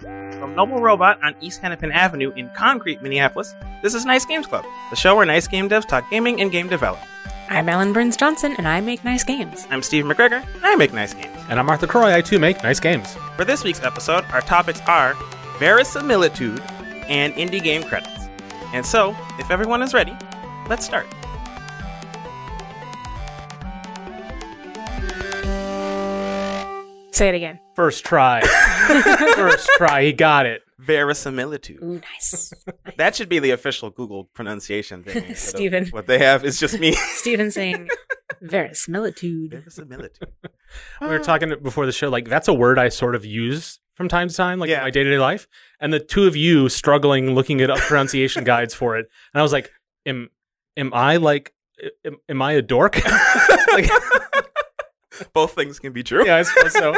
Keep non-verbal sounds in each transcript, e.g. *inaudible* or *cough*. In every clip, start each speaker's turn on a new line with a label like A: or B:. A: From Noble Robot on East Hennepin Avenue in Concrete, Minneapolis, this is Nice Games Club, the show where nice game devs talk gaming and game development.
B: I'm Ellen Burns Johnson, and I make nice games.
A: I'm Steve McGregor, and I make nice games.
C: And I'm Arthur Croy. I too make nice games.
A: For this week's episode, our topics are verisimilitude and indie game credits. And so, if everyone is ready, let's start.
B: Say it again.
C: First *laughs* try. First try. He got it.
A: Verisimilitude.
B: Ooh, nice.
A: That should be the official Google pronunciation thing.
B: *laughs*
A: instead of
B: Steven.
A: What they have is just
B: *laughs*
A: me.
B: Steven saying verisimilitude.
A: Verisimilitude.
C: We were talking before the show. Like that's a word I sort of use from time to time, like
A: Yeah.
C: in my day to day life. And the two of you struggling looking *laughs* at up pronunciation guides for it, and I was like, "Am am I like am, am I a dork?" *laughs* like,
A: *laughs* Both things can be true.
C: yeah, I suppose so.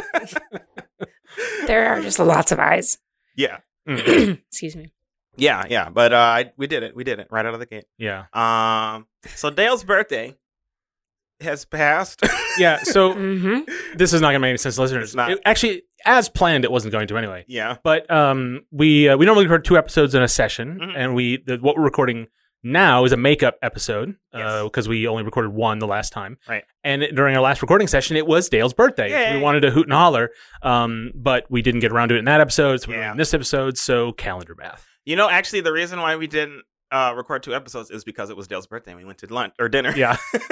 B: There are just lots of eyes. *clears throat*
A: Yeah.
C: Mm. *laughs*
B: Excuse me.
A: Yeah. Yeah. But uh, I- we did it. We did it right out of the gate.
C: Yeah,
A: Um. So Dale's birthday has passed. *laughs*
C: yeah. So
B: hmm
C: this is not going to make any sense, to listeners.
A: It's not.
C: It- actually, as planned, it wasn't going to anyway.
A: yeah.
C: But um, we uh, we normally record two episodes in a session,
A: Mhm.
C: and we the, what we're recording now is a makeup episode because
A: Yes.
C: we only recorded one the last time.
A: Right.
C: And it- during our last recording session, it was Dale's birthday. So
A: Yay.
C: We wanted to hoot and holler, um, but we didn't get around to it in that episode. So we
A: Yeah.
C: were in this episode. So calendar math.
A: *laughs* You know, actually, the reason why we didn't uh, record two episodes is because it was Dale's birthday. and We went to lunch or dinner.
C: Yeah,
A: *laughs*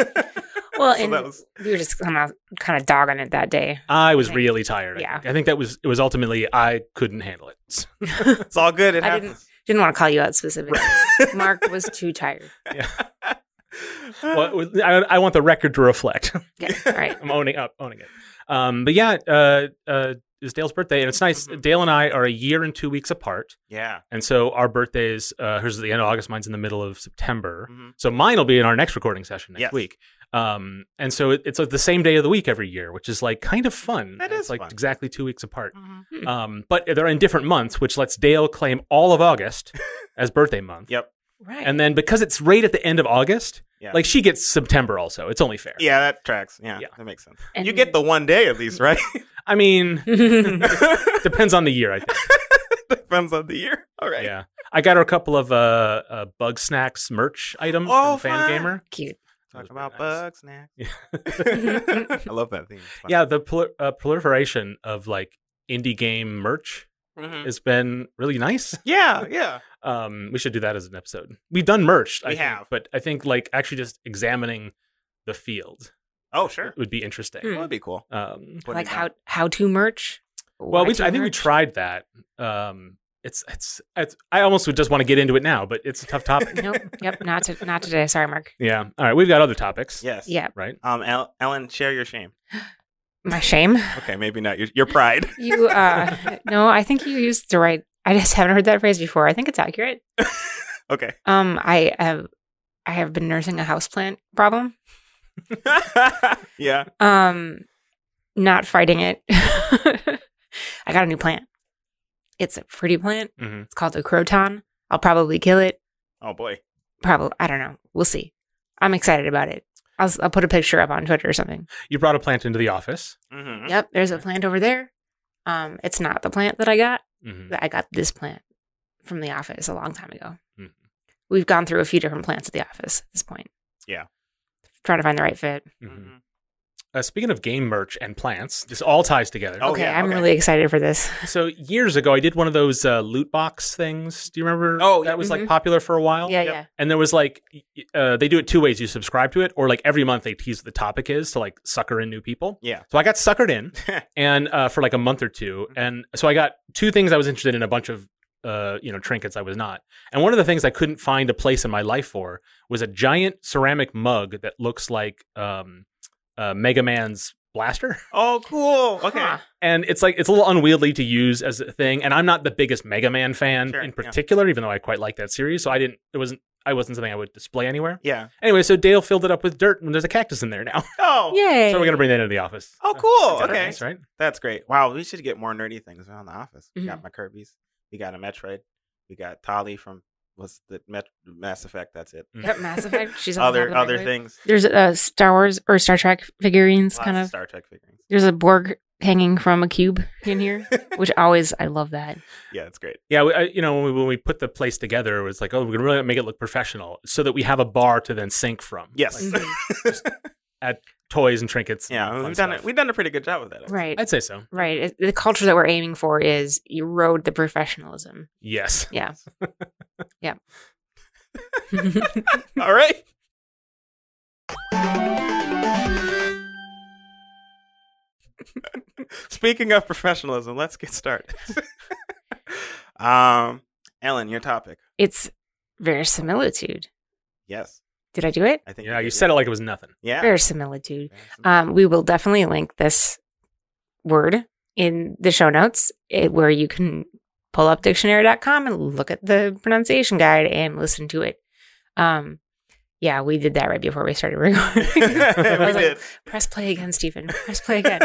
B: Well,
A: So
B: and
A: that was-
B: we were just kind of kind of dogging it that day.
C: I was
B: Right.
C: really tired. I
B: Yeah.
C: think. I think that was it was ultimately I couldn't
A: *gasps*
C: handle it.
A: It's all good. It
B: I didn't-
A: happens.
B: Didn't want to call you out specifically. *laughs* Mark was too tired.
A: *laughs*
C: well, it was- I, I want the record to reflect.
B: Yeah. All right.
C: I'm owning up, owning it. Um, but yeah, uh, uh, it's Dale's birthday, and it's nice.
A: Mhm.
C: Dale and I are a year and two weeks apart,
A: yeah.
C: and so our birthdays, uh, hers is the end of August, mine's in the middle of September.
A: Mhm.
C: So mine will be in our next recording session next
A: Yes.
C: week. Um, and so it, it's like the same day of the week every year, which is like kind of fun.
A: That
C: it's
A: is
C: like
A: fun.
C: exactly two weeks apart.
B: *laughs*
A: Mhm.
B: Mhm.
C: Um, but they're in different months, which lets Dale claim all
A: *laughs*
C: of August as birthday month.
A: Yep.
B: Right.
C: And then because it's right at the end of August,
A: Yeah.
C: like she gets September also. It's only fair.
A: Yeah, that tracks. Yeah,
C: Yeah.
A: that makes sense.
B: And-
A: you get the one day at least,
C: *laughs*
A: right?
C: I mean,
B: then
A: *laughs*
C: depends on the year, I think.
A: Depends on the year. All right.
C: Yeah, I got her a couple of uh, uh bug snacks merch items
A: Oh,
C: from Fan
A: fun.
C: Gamer.
B: *laughs* cute.
A: Talk
C: Those were
A: about
C: nice.
A: bugs now.
C: Yeah.
A: *laughs*
C: *laughs*
A: I love that theme. It's fun.
C: Yeah, the prol- uh, proliferation of like indie game merch
A: Mhm.
C: has been really nice.
A: Yeah.
B: *laughs*
A: Yeah.
C: Um, we should do that as an episode. We've done merch, I
A: We
C: think,
A: have.
C: but I think like actually just examining the field
A: Oh, sure.
C: would be interesting.
B: Hmm.
A: That would be cool.
C: Um,
A: Putting
B: like
A: it down.
B: how how to merch.
C: well,
B: Why
C: we,
B: to
C: I think we
B: merch?
C: tried that. Um, it's, it's it's I almost would just want to get into it now, but it's a
A: *laughs*
C: tough topic.
B: Nope. Yep. Not to, not today. Sorry,
C: *laughs*
B: Mark.
C: yeah. All right, we've got other topics.
A: Yes.
B: Yeah.
C: Right.
A: Um, El- Ellen, share your shame.
B: My shame.
A: Okay, maybe not your your pride. *laughs*
B: You uh
C: *laughs*
B: no, I think you used the right I just haven't heard that phrase before. I think it's accurate.
A: Okay. *laughs*
B: Um I have I have been nursing a houseplant problem.
A: yeah.
B: Um not fighting it. *laughs* I got a new plant. It's a pretty plant.
C: hmm
B: It's called a croton. I'll probably kill it.
A: Oh boy.
B: Probably I don't know. We'll see. I'm excited about it. I'll s- I'll put a picture up on Twitter or something.
C: You brought a plant into the office.
A: hmm
B: Yep, there's a plant over there. Um it's not the plant that I got.
C: Mm-hmm.
B: that I got this plant from the office a long time ago.
C: Mhm.
B: We've gone through a few different plants at the office at this point.
A: Yeah.
B: Trying to find the right fit.
C: hmm
A: Mm-hmm.
C: Uh, speaking of game merch and plants, this all ties together.
A: Oh,
B: okay,
A: yeah,
B: I'm
A: okay.
B: really excited for this.
C: So years ago, I did one of those uh, loot box things. Do you remember?
A: Oh,
C: that
A: yeah.
C: was
B: Mhm.
C: like popular for a while.
B: yeah,
A: yep.
B: yeah.
C: And there was like, y- y- uh, they do it two ways. You subscribe to it, or like every month they tease what the topic is to like sucker in new people.
A: Yeah. Mm-hmm.
C: So I got
A: *laughs*
C: suckered in, and uh, for like a month or two, and so I got two things I was interested in, a bunch of uh, you know trinkets I was not, and one of the things I couldn't find a place in my life for was a giant ceramic mug that looks like um, uh, Mega Man's blaster,
A: Oh, cool. Okay.
B: Huh.
C: and it's like it's a little unwieldy to use as a thing, and I'm not the biggest Mega Man fan
A: Sure,
C: in
A: yeah.
C: particular, even though I quite like that series, so I didn't it wasn't I wasn't something I would display anywhere.
A: Yeah.
C: Anyway, so Dale filled it up with dirt, and there's a cactus in there now, *laughs*
A: Oh.
B: Yay.
C: so we're gonna bring that into the office.
A: Oh, cool.
C: That's
A: okay.
C: nice, right?
A: That's great. Wow, we should get more nerdy things around the office. We got
B: Mhm.
A: my Kirby's. We got a Metroid. We got Tali from what's the Met- Mass Effect? That's it.
B: *laughs* Yep, Mass Effect. She's on the
A: other
B: Mass Effect
A: other
B: wave.
A: things.
B: There's a Star Wars or Star Trek figurines
A: Lots
B: kind
A: of
B: of.
A: Star Trek figurines.
B: There's a Borg hanging from a cube
A: *laughs*
B: in here, which always I love that.
A: Yeah, it's great.
C: Yeah, we, I, you know, when we, when we put the place together, it was like, oh, we're gonna really make it look professional, so that we have a bar to then sync from.
A: Yes.
C: Like,
B: Mm-hmm.
C: toys and trinkets. and
A: Yeah,
C: fun
A: we've done
C: stuff.
A: it. We've done a pretty good job with that. actually.
B: Right.
C: I'd say so.
B: right. It- The culture that we're aiming for is erode
A: *laughs*
B: the professionalism. *laughs*
C: Yes.
B: Yeah. yeah.
A: All right. Speaking of professionalism, let's get
C: *laughs*
A: started. um, Ellen, your topic.
B: it's verisimilitude.
A: Yes,
B: Did I do it?
A: I think.
C: Yeah,
A: did,
C: you said it like it was nothing.
A: Yeah.
B: Verisimilitude. Um, we will definitely link this word in the show notes eh, where you can pull up dictionary.com and look at the pronunciation guide and listen to it. Um, yeah, we did that right before we started recording.
A: *laughs*
B: *laughs*
A: we
B: like,
A: did.
B: Press play again, Stephen. Press play again.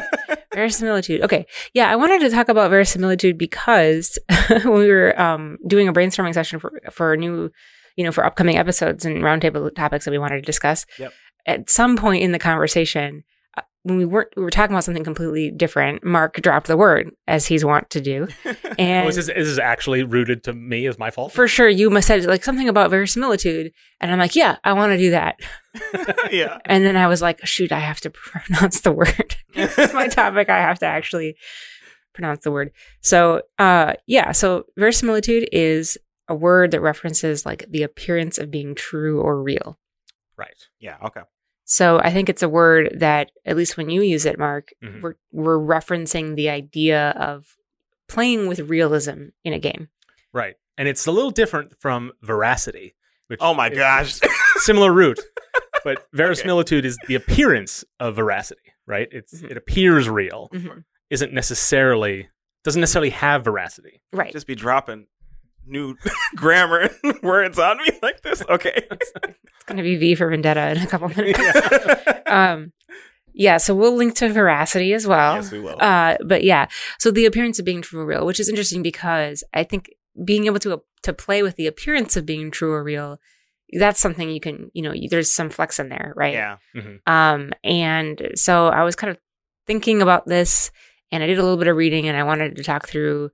B: verisimilitude. Okay. Yeah, I wanted to talk about verisimilitude because *laughs* when we were um, doing a brainstorming session for for new, you know, for upcoming episodes and roundtable topics that we wanted to discuss.
C: Yep.
B: At some point in the conversation, uh, when we weren't we were talking about something completely different, Mark dropped the word as he's wont to do, and
C: *laughs* Oh, is, this, is this actually rooted to me as my fault?
B: for sure you must said like something about verisimilitude, and I'm like, yeah, I want to do that,
A: *laughs* yeah.
B: and then I was like, shoot, I have to *laughs* pronounce the word. *laughs* it's *laughs* my topic. I have to actually pronounce the word. So, uh, yeah. So, verisimilitude is a word that references like the appearance of being true or real.
C: right.
A: *laughs* yeah. Okay.
B: So, I think it's a word that, at least when you use it, Mark,
C: Mhm.
B: we're we're referencing the idea of playing with realism in a game.
C: Right. And it's a little different from veracity. Which
A: Oh my
C: is
A: gosh.
C: Similar
A: *laughs*
C: root. But verisimilitude is the appearance of veracity, right? It's
A: Mm-hmm.
B: Mhm.
C: it appears real.
B: Mhm.
C: Isn't necessarily doesn't necessarily have veracity.
B: Right.
A: Just be dropping new *laughs* grammar and *laughs* words on me like this. Okay. *laughs*
B: it's going to be V for Vendetta in a couple minutes.
A: yes,
B: Um, yeah. So, we'll link to veracity as well.
A: we will.
B: Uh, but yeah, so the appearance of being true or real, which is interesting because I think being able to to play with the appearance of being true or real, that's something you can, you know, you, there's some flex in there, right?
A: yeah.
B: Um, and so I was kind of thinking about this, and I did a little bit of reading, and I wanted to talk through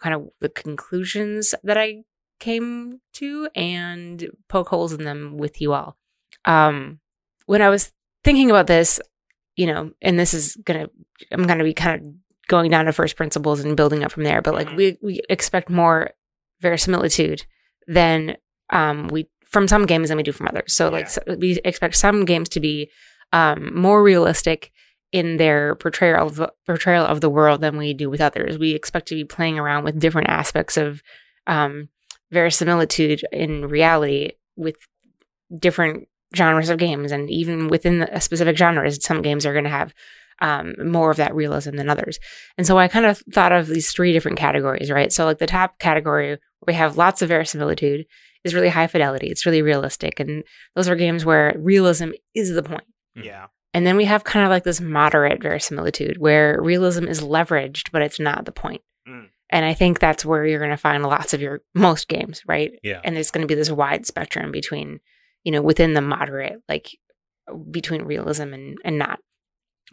B: kind of the conclusions that I came to and poke holes in them with you all. Um, when I was thinking about this, you know, and this is gonna, I'm gonna be kind of going down to first principles and building up from there, but like
A: Mhm.
B: we we expect more verisimilitude than um we from some games than we do from others. So
A: Yeah.
B: like so we expect some games to be um more realistic in their portrayal of the, portrayal of the world than we do with others. We expect to be playing around with different aspects of um verisimilitude in reality with different genres of games and even within the- a specific genres some games are going to have um, more of that realism than others and so i kind of thought of these three different categories right so like the top category where we have lots of verisimilitude is really high fidelity it's really realistic and those are games where realism is the point
A: Yeah.
B: and then we have kind of like this moderate verisimilitude where realism is leveraged, but it's not the point.
A: Mm.
B: And I think that's where you're going to find lots of your most games, right?
C: Yeah.
B: And there's going to be this wide spectrum between, you know, within the moderate, like between realism and, and not.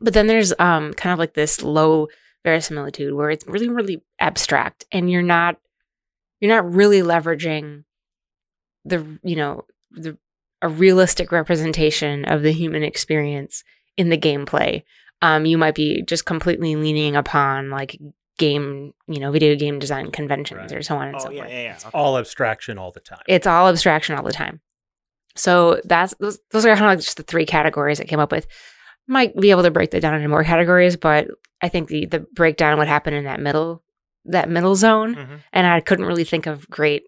B: But then there's um kind of like this low verisimilitude where it's really, really abstract and you're not you're not really leveraging the you know the a realistic representation of the human experience in the gameplay. Um, you might be just completely leaning upon like game, you know, video game design conventions
C: Right.
B: or so on and
A: Oh
B: so
A: yeah,
B: forth.
A: yeah, yeah.
C: All abstraction all the time.
B: It's all abstraction all the time. So that's those, those are kind of like just the three categories I came up with. Might be able to break that down into more categories, but I think the the breakdown would happen in that middle that middle zone
C: Mhm.
A: Mm-hmm.
B: and I couldn't really think of great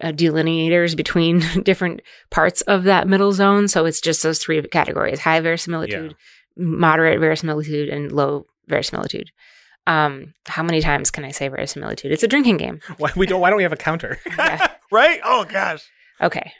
B: uh, delineators between *laughs* different parts of that middle zone. So it's just those three categories: high verisimilitude, moderate verisimilitude, and low verisimilitude. Um, how many times can I say verisimilitude? It's a drinking game.
C: Why we don't why don't we have
A: *laughs*
C: a counter?
B: Yeah.
A: right? Oh gosh.
B: Okay,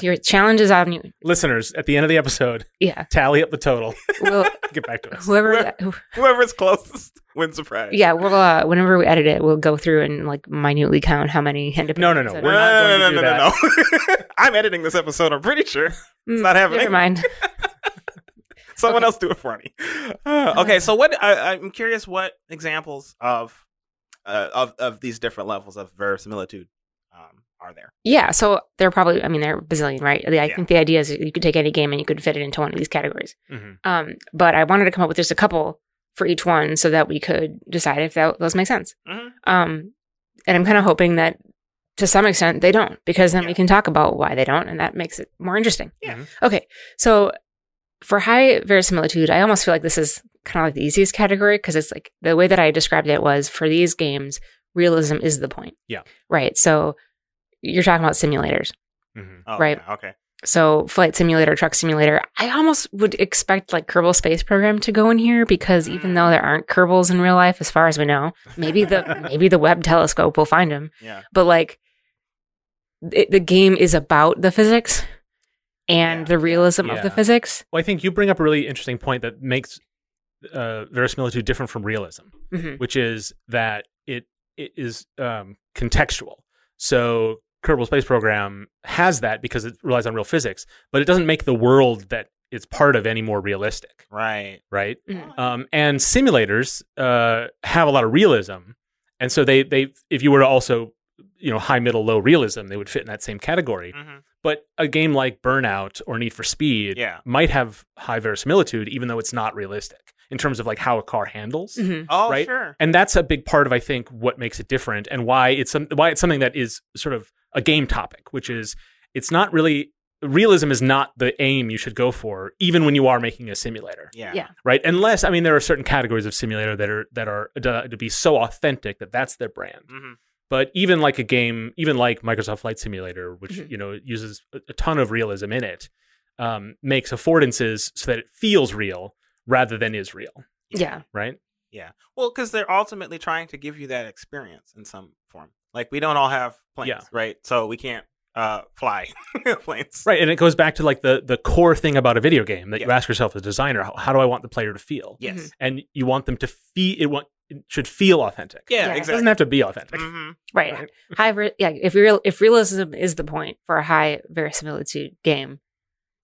B: your challenge is on you.
C: Listeners, at the end of the episode,
B: Yeah,
C: tally up the total. *laughs*
B: well,
C: Get back
B: *laughs*
C: to us.
B: whoever.
A: Whoever's closest *laughs* wins the prize.
B: Yeah, we'll uh, whenever we edit it, we'll go through and like minutely count how many end up. in
C: No,
B: the
C: no, no.
B: episode.
A: No,
C: We're not
A: no, no,
C: going
A: no,
C: to
A: no, no, *laughs* no. I'm editing this episode. I'm pretty sure it's
B: Mm,
A: not happening.
B: Never mind.
A: Someone else do it for me. Uh, okay, so what I, I'm curious what examples of uh, of of these different levels of verisimilitude um, are there?
B: Yeah, so they're probably, I mean, they're bazillion, right? I
A: Yeah.
B: think the idea is that you could take any game and you could fit it into one of these categories.
C: Mhm.
A: Mm-hmm.
B: Um, but I wanted to come up with just a couple for each one so that we could decide if that, those make sense.
A: Mhm.
B: Um, and I'm kind of hoping that to some extent they don't, because then
A: Yeah.
B: we can talk about why they don't, and that makes it more interesting.
A: Yeah.
C: Mhm.
B: Okay, so for high verisimilitude, I almost feel like this is kind of like the easiest category because it's like the way that I described it was for these games, realism is the point.
C: Yeah.
B: Right. So you're talking about simulators.
C: Mhm.
A: Oh,
B: Right.
A: yeah, Okay.
B: So flight simulator, truck simulator. I almost would expect like Kerbal Space Program to go in here because even though there aren't Kerbals in real life, as far as we know, maybe the maybe the Webb telescope will find them.
A: Yeah.
B: But like, it, the game is about the physics and
A: Yeah.
B: the realism of the
C: Yeah.
B: physics.
C: Well, I think you bring up a really interesting point that makes uh, verisimilitude different from realism.
B: Mhm.
C: which is that it it is um, contextual. So Kerbal Space Program has that because it relies on real physics, but it doesn't make the world that it's part of any more realistic,
A: Right.
C: right?
B: Mhm.
C: Um, and simulators uh, have a lot of realism, and so they they if you were to also you know high middle low realism, they would fit in that same category.
A: Mhm.
C: But a game like Burnout or Need for Speed
A: Yeah.
C: might have high verisimilitude, even though it's not realistic in terms of like how a car handles
B: Mhm.
A: Oh,
C: Right?
A: sure.
C: and that's a big part of I think what makes it different and why it's some, why it's something that is sort of a game topic, which is it's not really realism is not the aim you should go for, even when you are making a simulator,
A: Yeah.
B: Yeah.
C: right? Unless I mean there are certain categories of simulator that are that are uh, to, to be so authentic that that's their brand.
A: Mhm.
C: But even like a game, even like Microsoft Flight Simulator, which
B: Mhm.
C: you know uses a, a ton of realism in it, um, makes affordances so that it feels real rather than is real,
B: Yeah.
C: right?
A: Well, because they're ultimately trying to give you that experience in some form. Like we don't all have planes,
C: Yeah.
A: right? So we can't uh, fly *laughs* planes.
C: Right, and it goes back to like the the core thing about a video game that you
A: Yeah.
C: ask yourself as a designer: how, how do I want the player to feel?
A: Yes.
B: Mhm.
C: And you want them to feel it. Want it should feel authentic.
A: Yeah,
B: Yeah.
C: it
A: Exactly.
C: doesn't have to be authentic.
A: hmm
B: Right. High, ver- yeah. If real, if realism is the point for a high verisimilitude game,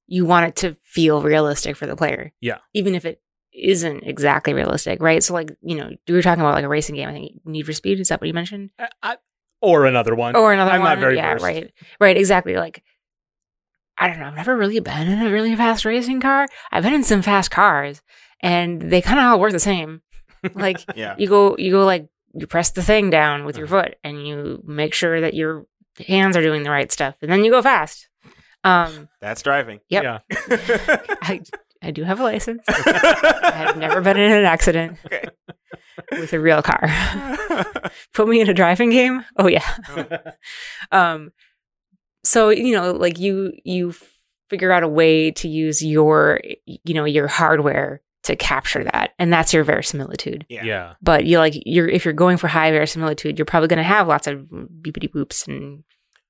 B: you want it to feel realistic for the player.
C: Yeah.
B: Even if it isn't exactly realistic, right? So, like, you know, we were talking about like a racing game. I think Need for Speed. Is that what you mentioned?
C: I- I- or another one.
B: Or another
C: I'm
B: one?
C: not very
B: yeah.
C: versed.
B: Right. Right. Exactly. Like. I don't know. I've never really been in a really fast racing car. I've been in some fast cars, and they kind of all work the same. Like
A: Yeah.
B: you go you go like you press the thing down with your foot and you make sure that your hands are doing the right stuff and then you go fast um
A: That's driving. *laughs*
B: Yep.
C: Yeah.
B: i i do have a license i've
A: I've *laughs*
B: never *laughs* been in an accident
A: Okay.
B: with a real car put me in a driving game oh yeah um so you know like you you figure out a way to use your you know your hardware to capture that and that's your verisimilitude
A: Yeah.
C: yeah.
B: but you like you're if you're going for high verisimilitude, you're probably going to have lots of beepity boops and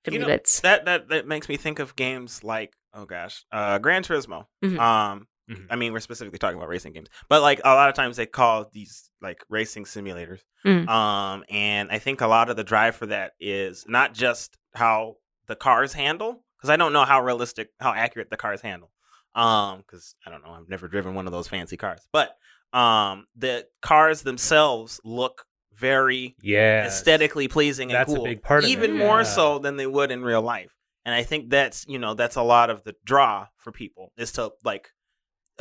A: You know,
B: fiddly bits.
A: that that that makes me think of games like oh gosh, uh, Gran Turismo.
B: Mhm.
A: Um,
C: Mhm.
A: I mean, we're specifically talking about racing games, but like a lot of times they call these like racing simulators.
B: Mm.
A: Um, and I think a lot of the drive for that is not just how the cars handle, because I don't know how realistic, how accurate the cars handle. Um, because I don't know, I've never driven one of those fancy cars, but um, the cars themselves look very
C: Yeah.
A: aesthetically pleasing and
C: That's a
A: cool.
C: big part of
A: even
B: it,
A: more
C: yeah.
A: so than they would in real life. And I think that's you know that's a lot of the draw for people is to like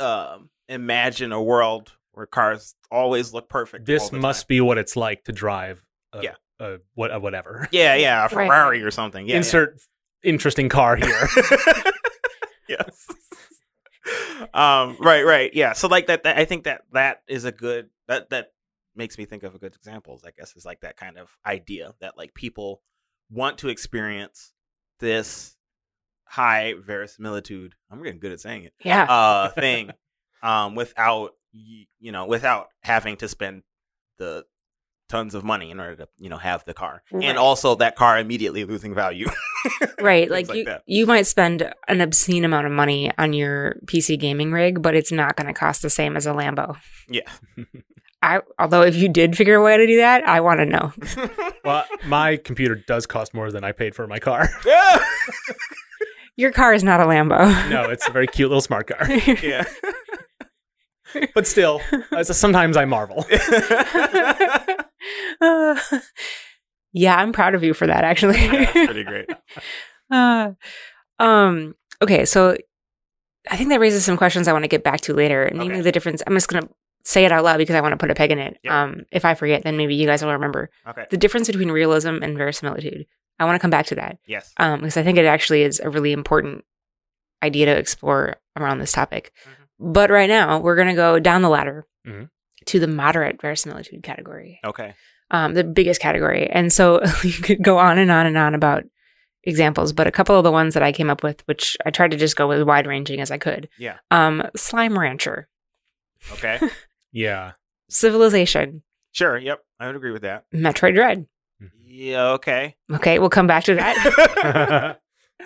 A: um, imagine a world where cars always look perfect. all
C: This
A: the
C: must
A: time.
C: be what it's like to drive. A,
A: Yeah.
C: A, what a whatever.
A: *laughs* yeah yeah a
B: Right.
A: Ferrari or something. Yeah,
C: Insert interesting car here.
A: *laughs* yeah. yes. um. Right. Right. Yeah. So like that, that. I think that that is a good that that makes me think of a good examples. I guess is like that kind of idea that like people want to experience this high verisimilitude. I'm getting good at saying it.
B: *laughs* Yeah,
A: Uh, thing. um, without y- you know, without having to spend the tons of money in order to you know have the car,
B: Right.
A: and also that car immediately losing value. *laughs*
B: right.
A: *laughs* Things
B: Like, you,
A: that.
B: you might spend an obscene amount of money on your PC gaming rig, but it's not going to cost the same as a Lambo.
A: Yeah. *laughs*
B: I although if you did figure a way to do that, I want to know.
C: well, my computer does cost more than I paid for my car. *laughs*
A: yeah.
B: Your car is not a Lambo.
C: no, it's a very cute little smart car.
A: yeah. *laughs*
C: but still, uh, so sometimes I marvel.
B: *laughs*
A: *laughs*
B: Uh, *laughs* yeah, I'm proud of you for that, actually.
A: That's *laughs* pretty great.
B: Uh, um, okay, so I think that raises some questions I want to get back to later, namely
A: Okay.
B: the difference. I'm just going to say it out loud because I want to put a peg in it.
A: Yeah.
B: Um, if I forget, then maybe you guys will remember
A: Okay.
B: the difference between realism and verisimilitude. I want to come back to that
A: Yes.
B: um, because I think it actually is a really important idea to explore around this topic.
A: Mm-hmm.
B: But right now, we're going to go down the ladder
C: Mhm.
B: to the moderate verisimilitude category
A: Okay.
B: um, the biggest category. And so *laughs* you could go on and on and on about examples, but a couple of the ones that I came up with, which I tried to just go as wide ranging as I could.
A: Yeah.
B: Um, Slime Rancher,
A: Okay. *laughs*
C: Yeah.
B: Civilization,
A: Sure. Yep. I would agree with that.
B: Metroid Dread.
A: Yeah. Okay.
B: Okay, we'll come back
A: *laughs*
B: to that.
A: I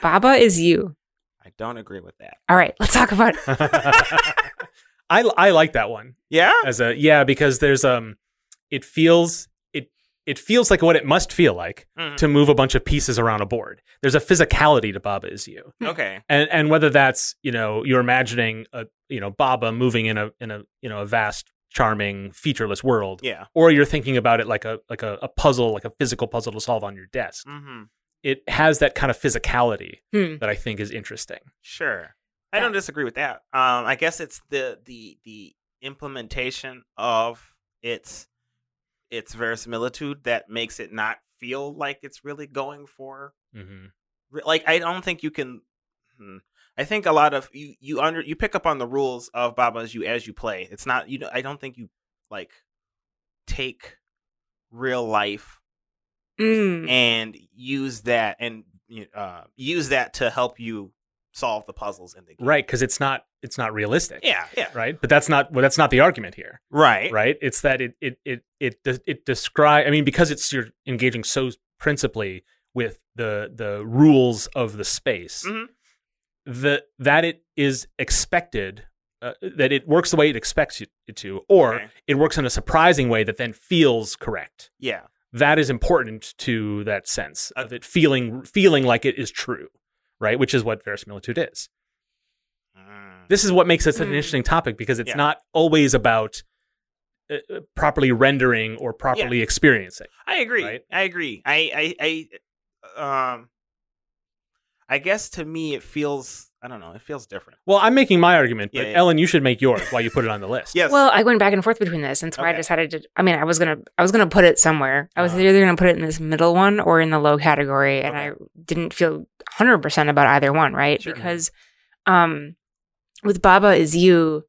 B: Baba is you.
A: don't agree with that.
B: All right, let's talk about
C: *laughs* I I like that one
A: Yeah.
C: as a yeah because there's um it feels it it feels like what it must feel like
A: Mm.
C: to move a bunch of pieces around a board. There's a physicality to Baba is you.
A: Okay.
C: and and whether that's you know you're imagining a you know Baba moving in a in a you know a vast charming featureless world
A: Yeah.
C: or you're thinking about it like a like a, a puzzle like a physical puzzle to solve on your desk
A: Mm-hmm.
C: it has that kind of physicality
B: Hmm.
C: that i think is interesting
A: Sure. I don't disagree with that. Um, I guess it's the the the implementation of its its verisimilitude that makes it not feel like it's really going for
C: mm-hmm.
A: re- like I don't think you can. hmm. I think a lot of you you under you pick up on the rules of Baba's you as you play. It's not you know I don't think you like take real life
C: Hmm.
B: Mm,
A: and use that and you- uh, use that to help you solve the puzzles in the game.
C: right because it's not it's not realistic
A: Yeah. Yeah.
C: right but that's not well that's not the argument here
A: Right.
C: right it's that it it it it, de- it describe i mean because it's you're engaging so principally with the the rules of the space
A: Mhm.
C: the that it is expected uh, that it works the way it expects you- it to or
A: Okay.
C: it works in a surprising way that then feels correct
A: Yeah.
C: that is important to that sense of it feeling feeling like it is true right which is what verisimilitude is this is what makes it such an
B: Mm.
C: interesting topic because it's
A: Yeah.
C: not always about uh, uh, properly rendering or properly experiencing.
A: I agree.
C: Right?
A: I agree. I, I, I, um, I guess to me it feels. I don't know. It feels different.
C: Well, I'm making my argument, but
A: Yeah, yeah.
C: Ellen, you should make yours while you put it on the list.
A: Yes.
B: Well, I went back and forth between this, and so I
A: Okay.
B: decided to. I mean, I was gonna, I was gonna put it somewhere. I was
A: Uh-huh.
B: either gonna put it in this middle one or in the low category, and
A: Okay.
B: I didn't feel hundred percent about either one, right?
A: Sure.
B: Because, um, with Baba is you.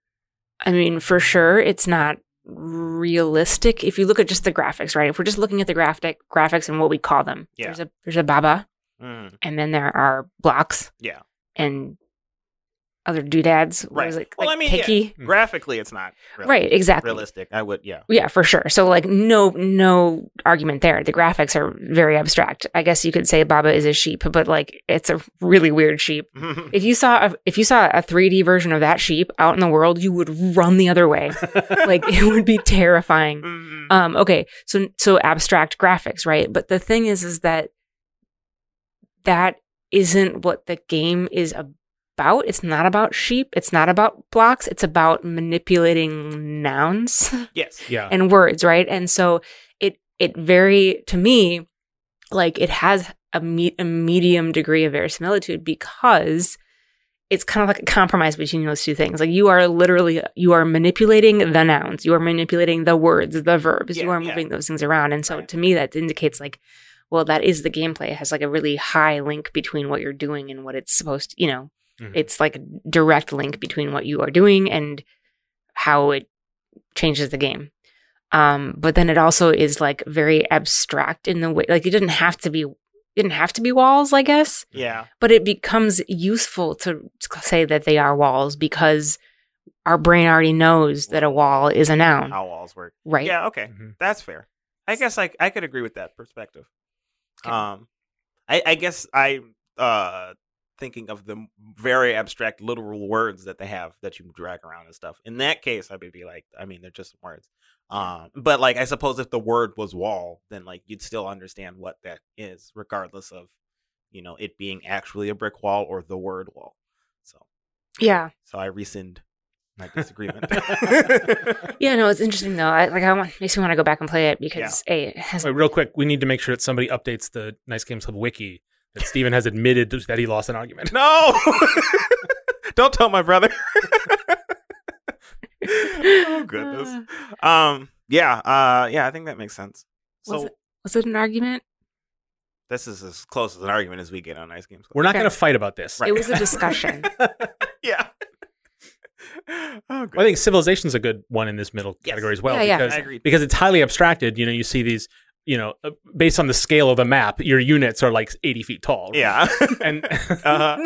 B: I mean, for sure, it's not realistic. If you look at just the graphics, right? If we're just looking at the graphic graphics and what we call them,
A: Yeah.
B: there's a there's a Baba,
A: Mm,
B: and then there are blocks,
A: Yeah.
B: and other doodads. What
A: Right.
B: was it,
A: Well,
B: like
A: I mean, yeah.
B: picky.
C: Mm.
A: Graphically, it's not really
B: Right, exactly.
A: realistic. I would. Yeah.
B: Yeah, for sure. So like no no argument there. The graphics are very abstract. I guess you could say Baba is a sheep, but like it's a really weird sheep. If you saw a, if you saw a 3D version of that sheep out in the world, you would run the other way. like
A: *laughs*
B: *laughs* it would be terrifying.
A: Mm,
B: Um okay, so so abstract graphics, right? But the thing is is that that isn't what the game is about. It's not about sheep, it's not about blocks, it's about manipulating nouns
A: yes.
C: *laughs* Yeah.
B: and words, right? And so it it very to me like it has a, me- a medium degree of verisimilitude because it's kind of like a compromise between those two things. Like you are literally you are manipulating the nouns, you are manipulating the words, the verbs, you
A: Yeah,
B: are
A: yeah.
B: moving those things around. And so
A: Right.
B: to me that indicates like well that is the gameplay it has like a really high link between what you're doing and what it's supposed to, you know.
A: Mm-hmm.
C: Mhm.
B: It's like a direct link between what you are doing and how it changes the game. Um, but then it also is like very abstract in the way, like it didn't have to be, it didn't have to be walls, I guess,
A: Yeah.
B: but it becomes useful to say that they are walls because our brain already knows that a wall is a noun,
A: How walls work.
B: um, right?
A: Yeah. Okay.
C: Mhm.
A: That's fair. I guess I I could agree with that perspective. Um, I I guess I'm uh thinking of the very abstract literal words that they have that you drag around and stuff. In that case, I would be like, I mean, they're just words. Um, but like, I suppose if the word was wall, then like you'd still understand what that is, regardless of you know it being actually a brick wall or the word wall. So
B: Yeah.
A: so I rescind. my
C: *laughs*
A: disagreement.
C: Mm-hmm.
B: Yeah, no, it's interesting though. I like I want makes me want to go back and play it because a it has
C: Wait, real quick, we need to make sure that somebody updates the Nice Games Club wiki that Steven has admitted that he lost an argument. *laughs*
A: no, *laughs* don't tell my brother. *laughs* oh goodness. Um. Yeah. Uh. Yeah. I think that makes sense.
B: Was
A: So
B: it- was it an argument?
A: this is as close as an argument as we get on Ice Games. Club.
C: We're not
B: Okay.
C: going to fight about this.
A: Right.
B: It was a discussion.
A: *laughs*
B: *laughs*
A: yeah. oh,
C: Well, I think civilization's a good one in this middle
A: Yes.
C: category as well
B: Yeah, yeah.
C: because
A: I agree.
C: because it's highly abstracted. You know, you see these. You know, uh, based on the scale of the map, your units are like eighty feet tall. right?
A: Yeah.
C: *laughs* and
A: uh,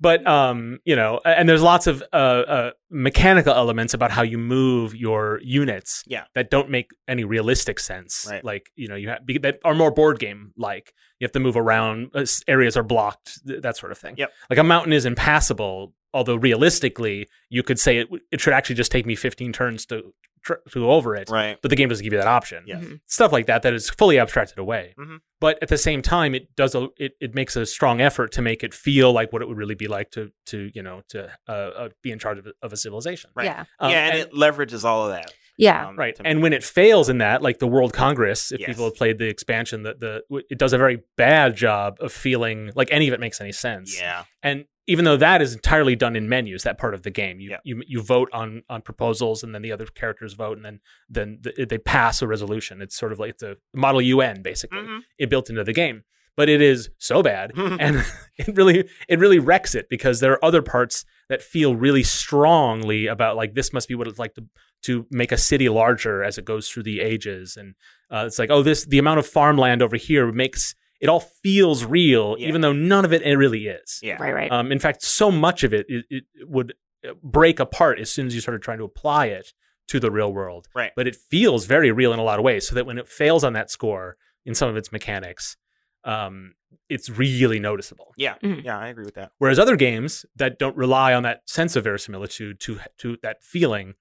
C: but um, you know, and there's lots of uh, uh mechanical elements about how you move your units.
A: Yeah.
C: that don't make any realistic sense.
A: Right.
C: Like you know, you have be- that are more board game like. You have to move around. uh, s- Areas are blocked. th- That sort of thing.
A: Yep.
C: Like a mountain is impassable. Although realistically, you could say it, w- it should actually just take me 15 turns to tr- to go over it.
A: right.
C: But the game doesn't give you that option
A: *laughs* Yes.
B: Mhm.
C: stuff like that that is fully abstracted away.
A: Mhm.
C: But at the same time, it does a, it, it makes a strong effort to make it feel like what it would really be like to to you know to uh, uh, be in charge of, a- of a civilization.
A: Right.
B: Yeah.
C: *laughs* Um,
A: yeah, and, it leverages all of that.
B: Yeah.
A: um,
C: right.
A: to-
C: And when it fails in that, like the World Congress, if
A: Yes.
C: people have played the expansion, that the it does a very bad job of feeling like any of it makes any sense.
A: yeah,
C: And even though that is entirely done in menus, that part of the game, you
A: Yeah.
C: you, you vote on on proposals, and then the other characters vote, and then then the, they pass a resolution. It's sort of like the model UN, basically,
A: Mhm.
C: it built into the game. But it is so bad,
A: Mhm.
C: *laughs* and it really it really wrecks it because there are other parts that feel really strongly about like this must be what it's like to to make a city larger as it goes through the ages, and uh, it's like oh this the amount of farmland over here makes it all feels real,
A: Yeah.
C: even though none of it it really is.
A: yeah,
B: Right. Right.
C: Um, in fact, so much of it, it it would break apart as soon as you started trying to apply it to the real world.
A: Right.
C: But it feels very real in a lot of ways. So that when it fails on that score in some of its mechanics, um, it's really noticeable.
A: yeah,
B: Mhm.
A: yeah. I agree with that.
C: Whereas other games that don't rely on that sense of verisimilitude to to that feeling,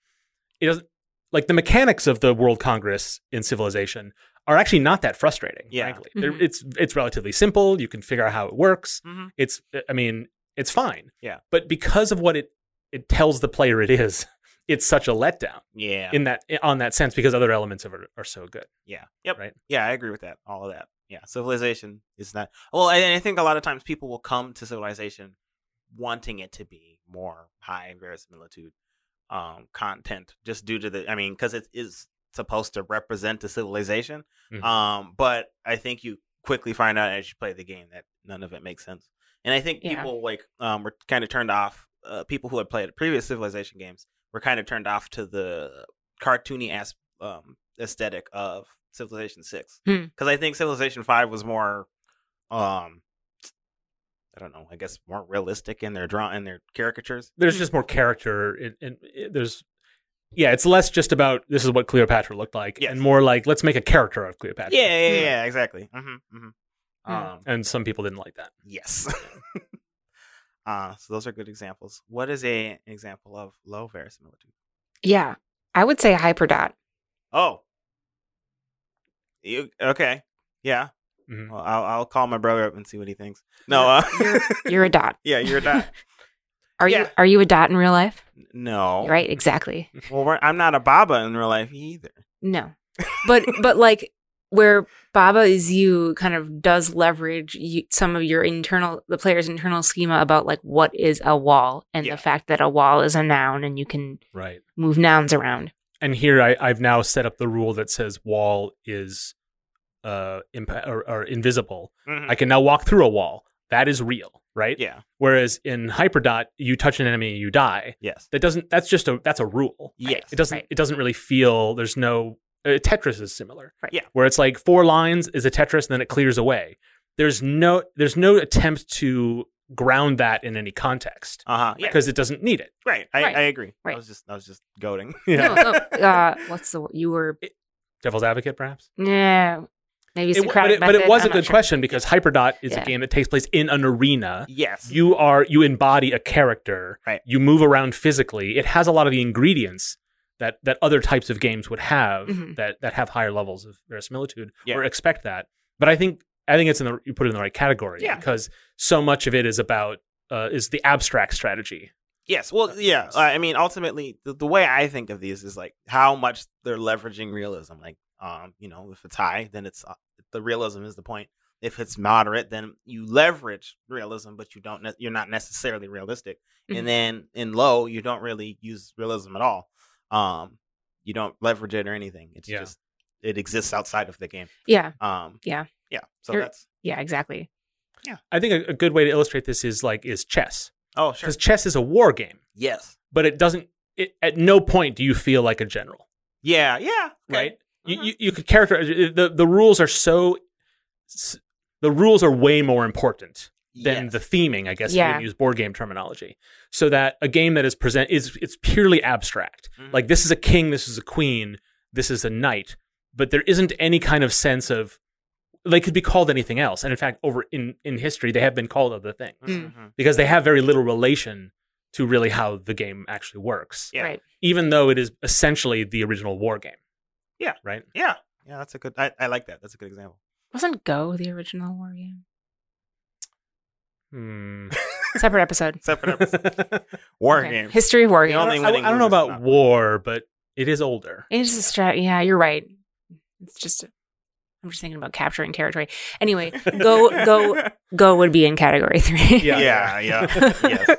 C: it doesn't like the mechanics of the World Congress in Civilization are actually not that frustrating.
A: Yeah.
C: Frankly, They're-
B: Mhm.
C: it's it's relatively simple. You can figure out how it works.
B: Mm-hmm.
A: Mhm.
C: It's uh, I mean it's fine.
A: Yeah.
C: But because of what it it tells the player it is, *laughs* it's such a letdown
A: Yeah,
C: in that on that sense because other elements of it are so good.
A: yeah, yep,
C: Right.
A: yeah. I agree with that. All of that. Yeah, civilization is not well. And I think a lot of times people will come to civilization wanting it to be more high in verisimilitude um, content, just due to the. I mean, because it is supposed to represent the civilization.
C: Mhm.
B: Mm-hmm.
A: Um, but I think you quickly find out as you play the game that none of it makes sense. And I think
B: Yeah.
A: people like um were kind of turned off. Uh, people who had played previous Civilization games were kind of turned off to the cartoony as um aesthetic of Civilization Six
B: Hmm.
A: because I think Civilization Five was more um. I don't know. I guess more realistic in their draw in their caricatures.
C: There's just more character and and it- there's yeah, it's less just about this is what Cleopatra looked like
A: Yes.
C: and more like let's make a character of Cleopatra.
A: *laughs* Yeah, yeah, yeah,
B: Hmm.
A: yeah, exactly. hmm hmm
B: Yeah.
A: Um,
C: And some people didn't like that.
A: Yes. *laughs* uh, so those are good examples. What is a an example of low verisimilitude?
B: yeah. I would say Hyperdot.
A: Oh. You okay? Yeah.
C: Mhm.
A: Well, I'll I'll call my brother up and see what he thinks. No. Uh,
B: Mm-hmm. You're a dot.
A: *laughs* yeah, you're not.
B: Are
A: *laughs*
B: you
A: Yeah.
B: are you a dot in real life?
A: No.
B: Right, exactly.
A: Well, we're, I'm not a Baba in real life either.
B: No. But but like where Baba is you kind of does leverage you, some of your internal the player's internal schema about like what is a wall and
A: Yeah.
B: the fact that a wall is a noun and you can
C: Right.
B: move nouns around.
C: And here I, I've now set up the rule that says wall is uh impa- or, or invisible.
A: Mhm.
B: Mm-hmm.
C: I can now walk through a wall. That is real, right?
A: yeah.
C: Whereas in Hyperdot, you touch an enemy and you die.
A: Yes.
C: That doesn't. That's just a. That's a rule.
A: Yes.
C: It doesn't.
B: Right.
C: It doesn't really feel. There's no. Uh, Tetris is similar.
B: Right.
A: Yeah.
C: Where it's like four lines is a Tetris, and then it clears away. There's no. There's no attempt to ground that in any context
A: Uh huh. Yeah.
C: because it doesn't need it.
A: Right. I,
B: Right.
A: I agree. I
B: Right.
A: was just I was just goading. *laughs*
C: Yeah.
B: No, no, uh, what's the word? you were
C: Devil's advocate, perhaps.
B: yeah maybe
C: It w- but,
B: Socratic
C: it, but it
B: method,
C: was
B: I'm
C: a
B: not
C: good
B: sure.
C: question because Hyperdot is
B: Yeah.
C: a game that takes place in an arena.
A: yes.
C: you are you embody a character
A: Right.
C: you move around physically it has a lot of the ingredients that that other types of games would have
B: Mhm.
C: that that have higher levels of verisimilitude
A: Mm-hmm. Yeah.
C: or expect that but i think i think it's in the you put it in the right category
A: Yeah.
C: because so much of it is about uh, is the abstract strategy
A: Yes. Well, yeah. uh, I mean, ultimately, the, the way I think of these is like how much they're leveraging realism. Like, um, you know, if it's high, then it's uh, the realism is the point. If it's moderate, then you leverage realism, but you don't. Ne- you're not necessarily realistic.
B: Mhm.
A: And then in low, you don't really use realism at all. Um, you don't leverage it or anything. It's
C: Yeah.
A: just it exists outside of the game.
B: Yeah.
A: Um,
B: Yeah.
A: yeah. So
B: You're-
A: that's
B: Yeah, exactly.
C: I think a, a good way to illustrate this is like is chess
A: oh sure.
C: because chess is a war game,
A: Yes.
C: but it doesn't. It, at no point do you feel like a general,
A: Yeah. Yeah. okay.
C: right? You,
A: Mhm.
C: you you could characterize uh, the the rules are so s- the rules are way more important than
A: Yes.
C: the theming, I guess if
B: Yeah.
C: you would use board game terminology. So that a game that is present is it's purely abstract.
A: Mhm.
C: Like this is a king, this is a queen, this is a knight, but there isn't any kind of sense of they could be called anything else. And in fact, over in, in history they have been called other things
A: Mhm.
B: Mm,
C: because they have very little relation to really how the game actually works.
A: Yeah.
B: Right.
C: Even though it is essentially the original war game.
A: Yeah.
C: Right?
A: Yeah. Yeah. That's a good. I, I like that. That's a good example.
B: Wasn't Go the original war game?
C: Hmm.
B: Separate episode.
A: Separate
C: *laughs* I,
A: episode. War
B: Okay.
A: *laughs* game.
B: History of war
A: The
B: games.
A: only-
C: don't- I don't know about war, but it is older.
B: It's just a strat. Yeah, you're right. It's just. I'm just thinking about capturing territory.
C: *laughs*
B: Anyway, go go go would be in category three. *laughs*
C: Yeah.
A: Yeah.
C: *laughs*
A: Yeah. yes.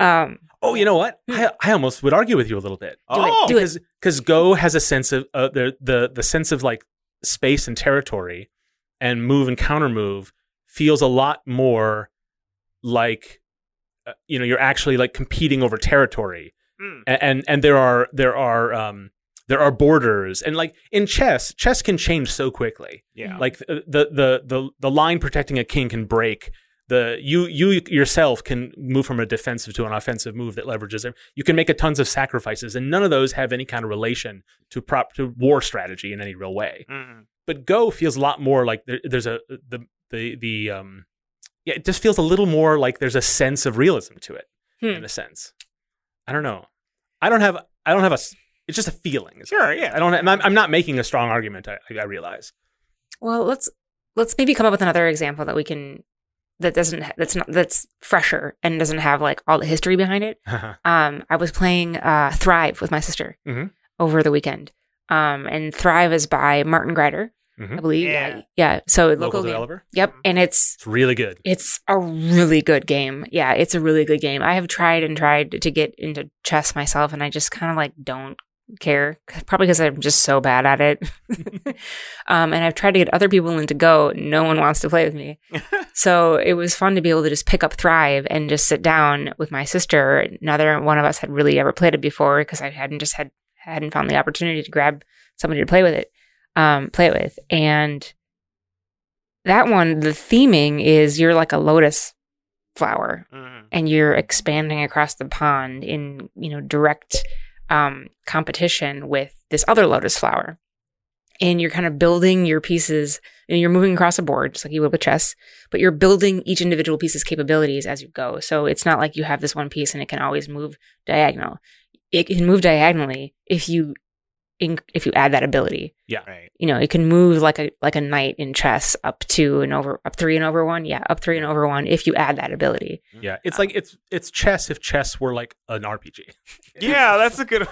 B: Um.
C: Oh, you know what? I, I almost would argue with you a little bit.
B: Do it,
A: Oh.
B: do it.
C: Because because Go has a sense of uh, the the the sense of like space and territory, and move and counter move feels a lot more like uh, you know you're actually like competing over territory,
A: Mm.
C: and and, and there are there are um, there are borders, and like in chess, chess can change so quickly
A: Yeah.
C: like uh, the the the the line protecting a king can break the you you yourself can move from a defensive to an offensive move that leverages it. You can make a tons of sacrifices, and none of those have any kind of relation to prop to war strategy in any real way.
A: Mm.
C: But Go feels a lot more like there, there's a the the the um yeah, it just feels a little more like there's a sense of realism to it
B: Hmm.
C: in a sense. I don't know. I don't have I don't have a. s- It's just a feeling. is all.
A: Sure, yeah.
C: I don't. I'm, I'm not making a strong argument. I, I realize. *laughs*
B: Well, let's let's maybe come up with another example that we can that doesn't ha- that's not that's fresher and doesn't have like all the history behind it. Um, I was playing uh, Thrive with my sister
C: Mhm.
B: over the weekend. Um, and Thrive is by Martin Greider,
C: Mhm.
B: I believe.
A: Yeah.
B: Yeah, yeah. So local,
C: local
B: game.
C: developer.
B: Yep, and it's
C: It's really good.
B: It's a really good game. Yeah, it's a really good game. I have tried and tried to get into chess myself, and I just kind of like don't care. Probably because I'm just so bad at it. *laughs* um, and I've tried to get other people into Go. No one wants to play with me. so it was fun to be able to just pick up Thrive and just sit down with my sister. Neither one of us had really ever played it before because I hadn't just had hadn't found the opportunity to grab somebody to play with it, um, play it with, and that one, the theming is you're like a lotus flower
A: Mm.
B: and you're expanding across the pond in, you know, direct um, competition with this other lotus flower. And you're kind of building your pieces and you're moving across a board, just like you would with chess, but you're building each individual piece's capabilities as you go. So it's not like you have this one piece and it can always move diagonal. It can move diagonally if you in- if you add that ability
A: Right.
C: *laughs*
B: you know, it can move like a like a knight in chess up two and over up three and over one. Yeah, up three and over one if you add that ability.
C: Yeah, it's like it's it's chess if chess were like an RPG.
A: Yeah, that's a good.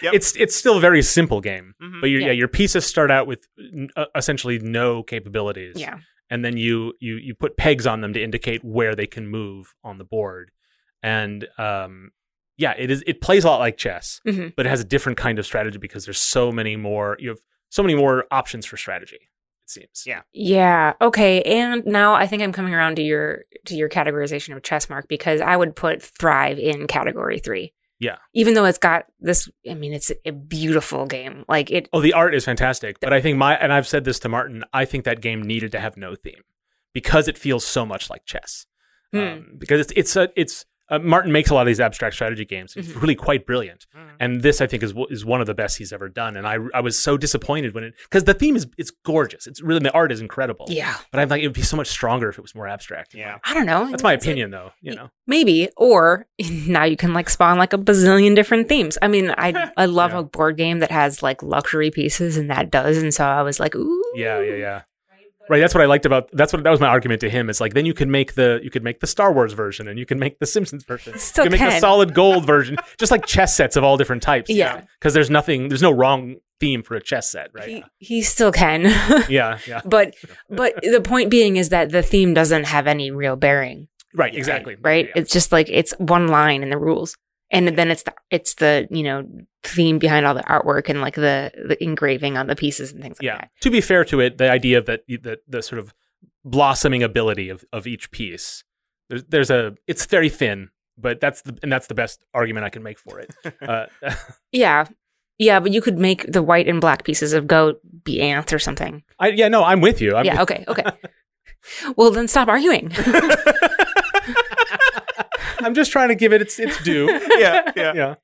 A: Yep.
C: It's it's still a very simple game,
A: Mhm.
C: but you yeah.
B: Yeah.
C: your pieces start out with n- uh, essentially no capabilities.
B: Yeah.
C: and then you you you put pegs on them to indicate where they can move on the board, and um yeah, it is it plays a lot like chess,
B: Mhm.
C: but it has a different kind of strategy because there's so many more you have so many more options for strategy. It seems.
A: Yeah.
B: Yeah. Okay. And now I think I'm coming around to your to your categorization of chess mark because I would put Thrive in category three.
C: Yeah.
B: Even though it's got this I mean, it's a beautiful game. Like it
C: Oh, the art is fantastic, but I think my and I've said this to Martin. I think that game needed to have no theme because it feels so much like chess.
B: Hmm.
C: Um, because it's it's a, it's uh, Martin makes a lot of these abstract strategy games. It's really quite brilliant,
A: Mhm.
C: *laughs* and this I think is wh- is one of the best he's ever done. And I I was so disappointed when it because the theme is it's gorgeous. It's really the art is incredible.
B: Yeah.
C: but I'm like it would be so much stronger if it was more abstract.
A: Yeah.
B: I don't know.
C: That's my
B: it.
C: opinion, though. You know,
B: Maybe, or *laughs* now you can like spawn like a bazillion different themes. I mean, I
C: *laughs*
B: I love
C: Yeah.
B: a board game that has like luxury pieces, and that does. And so I was like, ooh,
C: yeah, yeah, yeah. Right, that's what I liked about that's what that was my argument to him. It's like then you could make the you could make the Star Wars version and you can make the Simpsons version.
B: Still
C: you can, make the
B: can.
C: solid gold version, just like chess sets of all different types.
B: Yeah.
C: Because there's nothing there's no wrong theme for a chess set, right?
B: He, he still can. *laughs*
C: yeah, yeah. *laughs*
B: but but the point being is that the theme doesn't have any real bearing,
C: Right,
A: Yeah.
C: exactly.
B: right?
C: Yeah.
B: It's just like it's one line in the rules. And then it's the it's the, you know, theme behind all the artwork and like the, the engraving on the pieces and things like
C: yeah.
B: that.
C: To be fair to it, the idea of that the, the sort of blossoming ability of, of each piece, there's, there's a it's very thin, but that's the and that's the best argument I can make for it. Uh, *laughs*
B: Yeah. Yeah, but you could make the white and black pieces of goat be ants or something.
C: I yeah, no, I'm with you. I'm
B: yeah, okay, okay. *laughs* well, then stop
C: *laughs*
B: arguing.
C: I'm just trying to give it its its
B: *laughs*
C: due.
A: *laughs* yeah,
C: *laughs*
A: yeah.
C: Yeah.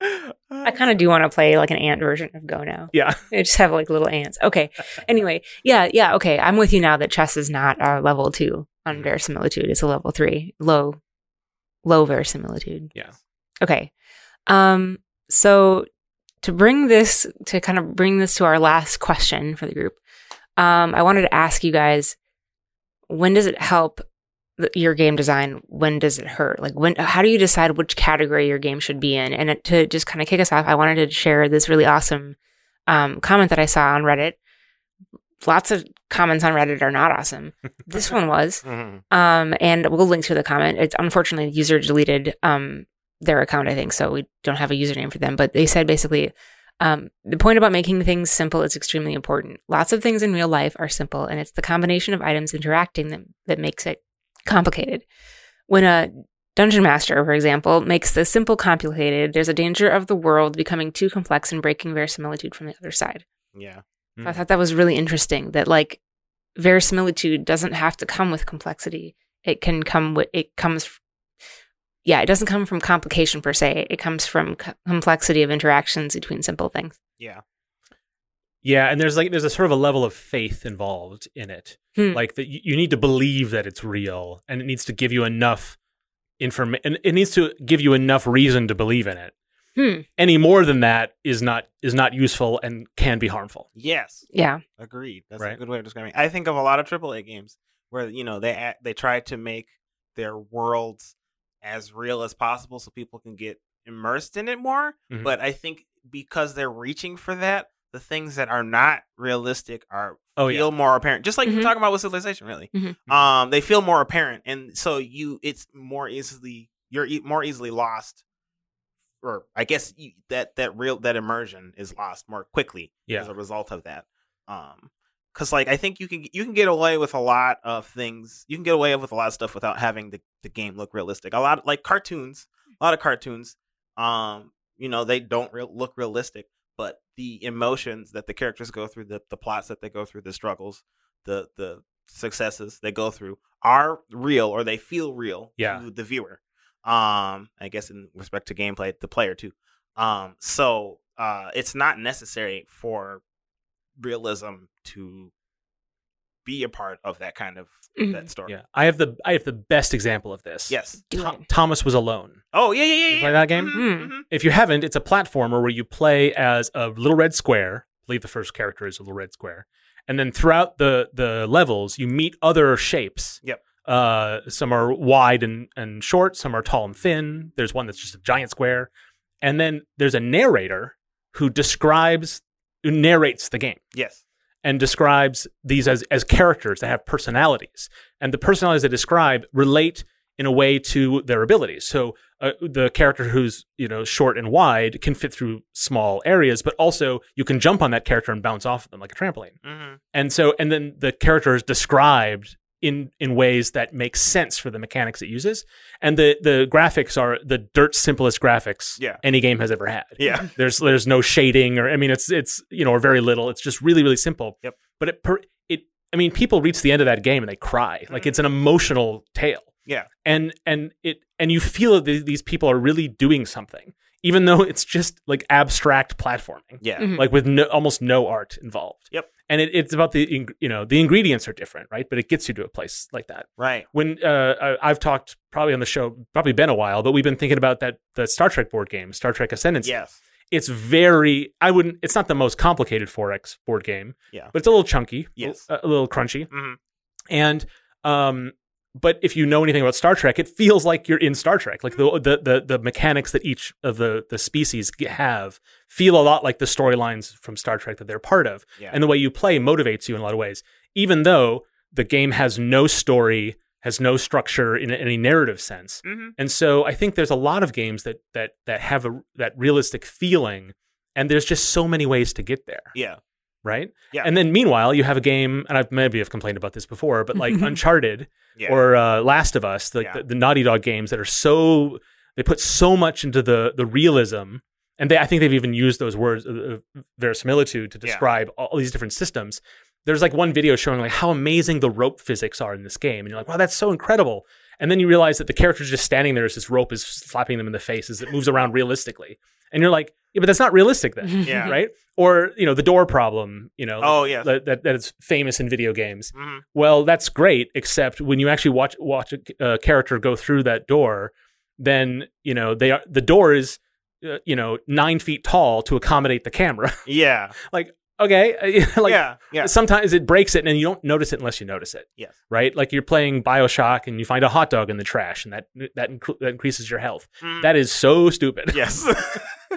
B: I kind of do want to play like an ant version of Go now.
C: Yeah.
B: *laughs* They just have like little ants. Okay. Anyway, yeah, yeah. Okay, I'm with you now that chess is not a level two on verisimilitude. It's a level three, low, low verisimilitude.
C: Yeah.
B: Okay. Um. So to bring this to kind of bring this to our last question for the group, um, I wanted to ask you guys, when does it help? th- Your game design, when does it hurt? Like, when, how do you decide which category your game should be in? And it- to just kind of kick us off, I wanted to share this really awesome um, comment that I saw on Reddit. Lots of comments on Reddit are not awesome. This one was,
A: Mm-hmm.
B: um, and we'll link to the comment. It's unfortunately the user deleted um, their account, I think, so we don't have a username for them. But they said basically, um, the point about making things simple is extremely important. Lots of things in real life are simple, and it's the combination of items interacting that, that makes it complicated. When a dungeon master, for example, makes the simple complicated, there's a danger of the world becoming too complex and breaking verisimilitude from the other side.
A: yeah.
B: I thought that was really interesting that like verisimilitude doesn't have to come with complexity. It can come with it comes f- yeah, it doesn't come from complication per se. It comes from co- complexity of interactions between simple things.
A: Yeah.
C: Yeah, and there's like there's a sort of a level of faith involved in it.
B: Hmm.
C: Like that you you need to believe that it's real and it needs to give you enough information and it needs to give you enough reason to believe in it.
B: Hmm.
C: Any more than that is not is not useful and can be harmful.
A: Yes.
B: Yeah.
A: Agreed. That's a
C: Right?
A: good way of describing. it. I think of a lot of AAA games where you know they act, they try to make their worlds as real as possible so people can get immersed in it more.
C: Mhm.
A: But I think because they're reaching for that, the things that are not realistic are
C: Oh yeah. Mm-hmm.
A: feel more apparent. Just like
B: Mhm.
A: you're talking about with civilization, really.
B: Mhm.
A: Um, they feel more apparent, and so you it's more easily you're e- more easily lost. Or I guess you, that that real that immersion is lost more quickly
C: Yeah.
A: as a result of that. Um, because like I think you can you can get away with a lot of things. You can get away with a lot of stuff without having the, the game look realistic. A lot like cartoons, a lot of cartoons. Um, you know they don't real look realistic, but the emotions that the characters go through, the the plots that they go through, the struggles, the the successes they go through are real or they feel real
C: Yeah.
A: to the viewer. Um, I guess in respect to gameplay, the player too. Um, so uh, it's not necessary for realism to be a part of that kind of
B: Mhm.
A: that story.
C: Yeah. I have the I have the best example of this.
A: Yes.
B: Do
C: Tho-
B: it.
C: Thomas was alone.
A: Oh yeah, yeah, yeah.
C: You
A: yeah.
C: play that game?
A: Mhm,
B: Mm.
A: mhm.
C: If you haven't, it's a platformer where you play as a little red square. I believe the first character is a little red square, and then throughout the the levels, you meet other shapes.
A: Yep.
C: Uh, some are wide and and short. Some are tall and thin. There's one that's just a giant square, and then there's a narrator who describes who narrates the game
A: Yes.
C: and describes these as, as characters that have personalities. And the personalities they describe relate in a way to their abilities. So uh, the character who's you know short and wide can fit through small areas, but also you can jump on that character and bounce off of them like a trampoline.
A: Mm-hmm.
C: And so and then the character is described in in ways that make sense for the mechanics it uses. And the the graphics are the dirt simplest graphics
A: Yeah.
C: any game has ever had.
B: Mm-hmm.
A: Yeah.
C: There's there's no shading or I mean it's it's you know or very little. It's just really really simple.
A: Yep.
C: But it per, it I mean people reach the end of that game and they cry. Like it's an emotional tale.
A: Mm-hmm. Yeah.
C: And and it and you feel that th- these people are really doing something even though it's just like abstract platforming.
A: Yeah.
B: Mhm.
C: Like with no, almost no art involved.
A: Mm-hmm. Yep.
C: And it, it's about the ing- you know the ingredients are different, right? But it gets you to a place like that
A: Right.
C: when uh, I- I've talked probably on the show, probably been a while, but we've been thinking about that the Star Trek board game, Star Trek Ascendancy.
A: Yes.
C: It's very I wouldn't it's not the most complicated forex board game.
A: Yeah.
C: But it's a little chunky,
A: Yes.
C: a, a little crunchy.
A: Mhm.
C: And um, but if you know anything about Star Trek, it feels like you're in Star Trek. Like
A: Mm-hmm.
C: the the the, the mechanics that each of the the species g- have feel a lot like the storylines from Star Trek that they're part of,
A: Yeah.
C: and the way you play motivates you in a lot of ways. Even though the game has no story, has no structure in any narrative sense,
A: Mhm.
C: and so I think there's a lot of games that that that have a that realistic feeling, and there's just so many ways to get there
A: Yeah.
C: right?
A: Yeah.
C: And then meanwhile, you have a game, and I've maybe have complained about this before, but
A: *laughs*
C: like Uncharted
A: Yeah.
C: or uh, Last of Us, like
A: Yeah.
C: the, the Naughty Dog games that are so they put so much into the the realism, and they I think they've even used those words uh, uh, verisimilitude to
A: Yeah.
C: describe all these different systems. There's like one video showing like how amazing the rope physics are in this game, and you're like, wow, that's so incredible. And then you realize that the character's just standing there as this rope is slapping them in the face as it moves around realistically, and you're like, yeah, but that's not realistic then
A: *laughs*
B: *laughs*
A: Yeah.
C: right? Or you know the door problem, you know,
A: Oh yeah.
C: that, that that is famous in video games.
A: Mhm.
C: Well, that's great, except when you actually watch watch a, a character go through that door, then you know they are the door is uh, you know nine feet tall to accommodate the camera. *laughs*
A: Yeah.
C: okay, *laughs* like
A: yeah. Yeah.
C: sometimes it breaks it, and you don't notice it unless you notice it.
A: Yes.
C: right. Like you're playing Bioshock, and you find a hot dog in the trash, and that that, inc- that increases your health.
A: Mm.
C: That *laughs* is so *laughs* stupid.
A: yes. *laughs*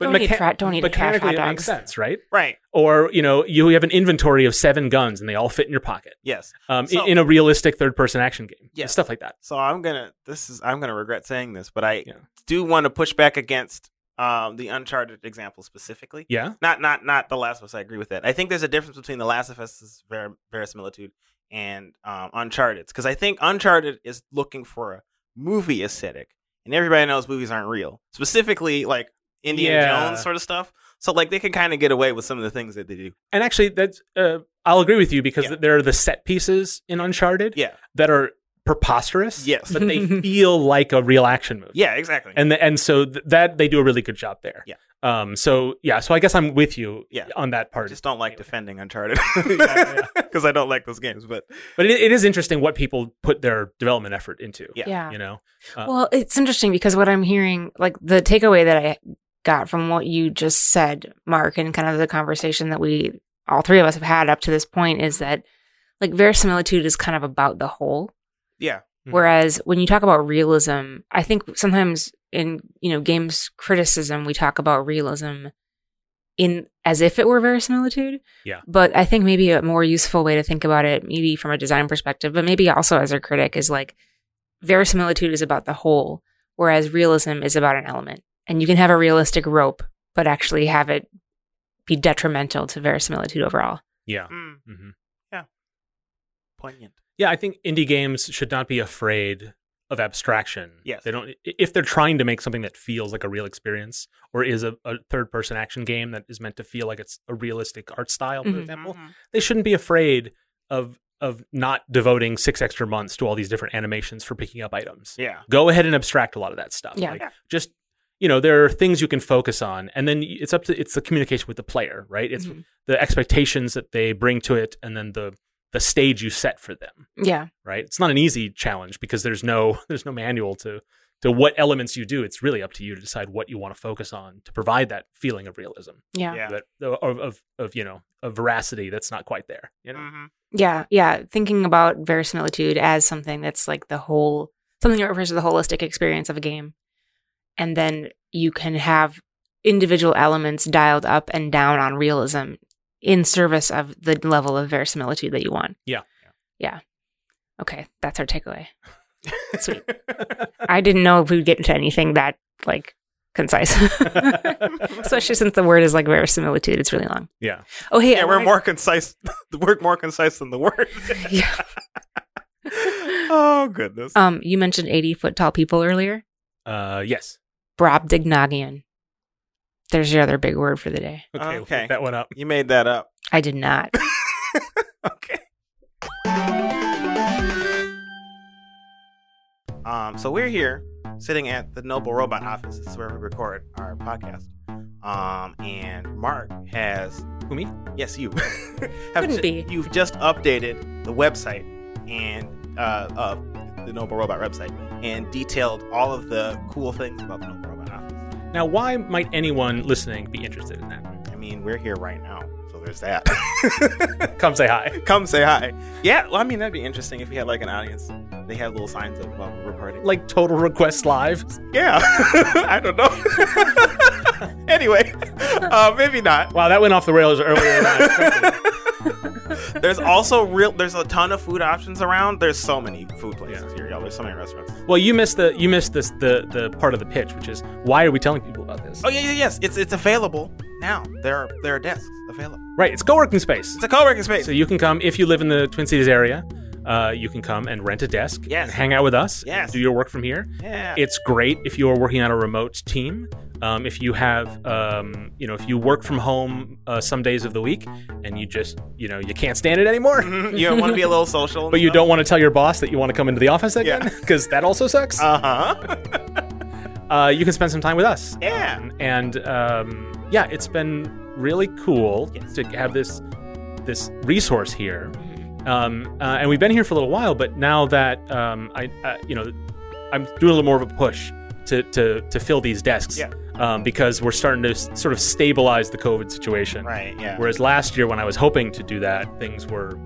B: Don't eat tra- don't eat trash hot
C: mechanically it
B: dogs.
C: makes sense, right?
A: right.
C: or you know you have an inventory of seven guns and they all fit in your pocket
A: Yes.
C: um,
A: So-
C: in, in a realistic third person action game
A: Yes.
C: stuff like that
A: So I'm gonna. This is. I'm gonna regret saying this, but I
C: Yeah.
A: do want to push back against um, the Uncharted example specifically.
C: yeah
A: Not not not the Last of Us. I agree with that. I think there's a difference between the Last of Us's ver- verisimilitude and um, Uncharted's because I think Uncharted is looking for a movie aesthetic, and everybody knows movies aren't real. Specifically, like Indiana
C: Yeah.
A: Jones sort of stuff. So like they can kind of get away with some of the things that they do.
C: and actually that's uh, i'll agree with you because
A: Yeah.
C: there are the set pieces in uncharted
A: Yeah.
C: that are preposterous
A: Yes.
C: but they feel like a real action movie
A: Yeah. Exactly.
C: and the, and so th- that they do a really good job there
A: Yeah.
C: um so yeah so i guess i'm with you
A: Yeah.
C: on that
A: I
C: part
A: just don't like defending Uncharted
C: *laughs* yeah,
A: *laughs* because I don't like those games. But
C: but it, it is interesting what people put their development effort into
A: Yeah.
B: yeah.
C: you know
B: Well, it's interesting because what I'm hearing, like the takeaway that I got from what you just said, Mark, and kind of the conversation that we all three of us have had up to this point is that like verisimilitude is kind of about the whole.
A: yeah,
C: Mhm.
B: Whereas when you talk about realism, I think sometimes in, you know, games criticism, we talk about realism in as if it were verisimilitude.
C: Yeah.
B: But I think maybe a more useful way to think about it, maybe from a design perspective, but maybe also as a critic, is like verisimilitude is about the whole, whereas realism is about an element. And you can have a realistic rope, but actually have it be detrimental to verisimilitude overall.
C: yeah
A: mm,
C: hmm
A: poignant.
C: Yeah, I think indie games should not be afraid of abstraction.
A: Yes.
C: They don't if they're trying to make something that feels like a real experience or is a, a third person action game that is meant to feel like it's a realistic art style, for
B: Mhm.
C: example, they shouldn't be afraid of of not devoting six extra months to all these different animations for picking up items.
A: Yeah,
C: Go ahead and abstract a lot of that stuff.
B: Yeah.
C: Like, just you know, there are things you can focus on and then it's up to it's the communication with the player, right? It's
B: Mhm.
C: the expectations that they bring to it and then the the stage you set for them
B: Yeah.
C: right? It's not an easy challenge because there's no *laughs* there's no manual to to what elements you do. It's really up to you to decide what you want to focus on to provide that feeling of realism,
B: Yeah.
A: yeah.
C: that of, of of you know of veracity that's not quite there. You know,
A: Mhm.
B: Yeah, yeah. Thinking about verisimilitude as something that's like the whole, something that refers to the holistic experience of a game. And then you can have individual elements dialed up and down on realism in service of the level of verisimilitude that you want.
C: Yeah.
B: Yeah. Okay. That's our takeaway. Sweet.
A: *laughs*
B: I didn't know if we'd get into anything that like concise,
A: Mm.
B: especially since the word is like verisimilitude. It's really long.
C: *laughs* yeah.
B: Oh, hey.
A: yeah.
B: I
A: We're
B: wanted-
A: more concise. *laughs* the word more concise than the word.
B: *laughs* Yeah.
A: *laughs* oh goodness.
B: Um, you mentioned 80 foot tall people earlier.
C: Uh, yes.
B: Brobdignagian. There's your other big word for the day.
C: Okay. we'll
A: Okay.
C: pick that one up.
A: you made that up.
B: I did not.
A: okay. Um, so we're here sitting at the Noble Robot office. This is where we record our podcast. Um, and Mark has
C: Who, me?
A: Yes, you. *laughs*
B: Couldn't
A: ju-
B: be.
A: You've just updated the website and uh, uh, the Noble Robot website and detailed all of the cool things about the Noble Robot office.
C: Now, why might anyone listening be interested in that? *laughs*
A: I mean, we're here right now, so So there's that. *laughs*
C: Come say hi.
A: Come say hi. Yeah, well, I mean that'd be interesting if we had like an audience. They have little signs up while we're recording.
C: Like total request live.
A: Yeah, *laughs* I don't know. *laughs* anyway, uh, maybe not.
C: Wow, that went off the rails earlier. Than I
A: *laughs*
C: expected.
A: There's also real. There's a ton of food options around. There's so many food places here, y'all. There's so many restaurants.
C: well, you missed the you missed this the the part of the pitch, which is why are we telling people about this?
A: Oh yeah, yeah, yes. It's it's available now. There are there are desks available.
C: Right, it's co-working space.
A: It's a co-working space.
C: So you can come if you live in the Twin Cities area. Uh, you can come and rent a desk
A: Yes.
C: and hang out with us.
A: Yes.
C: Do your work from here.
A: yeah.
C: It's great if you are working on a remote team. Um, if you have, um, you know, if you work from home uh, some days of the week and you just, you know, you can't stand it anymore,
A: Mhm. *laughs* you want to be a little social,
C: but you don't want to tell your boss that you want to come into the office
A: Yeah.
C: again because that also sucks.
A: Uh
C: *laughs*
A: huh.
C: Uh, you can spend some time with us.
A: Yeah.
C: Um, and um, yeah, it's been really cool
A: Yes.
C: to have this this resource here.
A: Mm-hmm.
C: Um, uh, and we've been here for a little while, but now that um, I, uh, you know, I'm doing a little more of a push to to, to fill these desks
A: Yeah.
C: um, because we're starting to s- sort of stabilize the COVID situation.
A: Right. Yeah.
C: Whereas last year, when I was hoping to do that, things were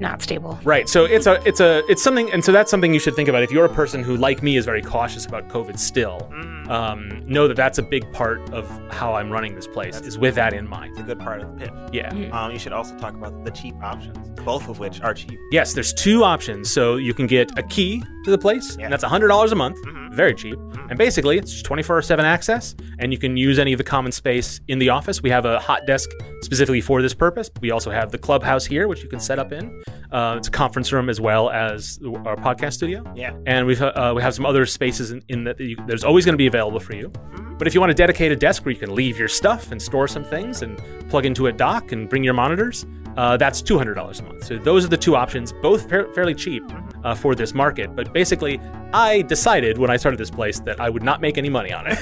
B: Not stable.
C: Right. So it's a it's a it's something, and so that's something you should think about. If you're a person who, like me, is very cautious about COVID still,
A: Mm.
C: um, know that that's a big part of how I'm running this place is with that in mind.
A: It's a good part of the pitch.
C: Yeah.
A: Um, you should also talk about the cheap options, both of which are
C: *laughs*
A: cheap.
C: Yes, there's two options. So you can get a key to the place,
A: Yeah.
C: and that's $100 a month,
A: Mhm.
C: very cheap. And basically, it's just 24 7 access, and you can use any of the common space in the office. We have a hot desk specifically for this purpose. We also have the clubhouse here, which you can set up in. Uh, it's a conference room as well as our podcast studio.
A: Yeah.
C: and we've uh, we have some other spaces in, in that you, there's always going to be available for you.
A: Mm-hmm.
C: But if you want to dedicate a desk where you can leave your stuff and store some things and plug into a dock and bring your monitors, uh, that's two hundred dollars a month. So those are the two options, both fair fairly cheap
A: Mm-hmm.
C: uh, for this market. But basically, I decided when I started this place that I would not make any money
A: *laughs*
C: on it.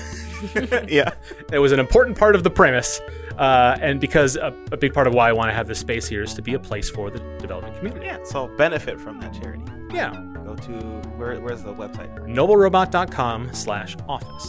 A: yeah.
C: it was an important part of the premise, uh, and because a, a big part of why I want to have this space here is to be a place for the development community.
A: Yeah. So benefit from that charity.
C: Yeah.
A: Go to where? Where's the website?
C: noblerobot.com slash office.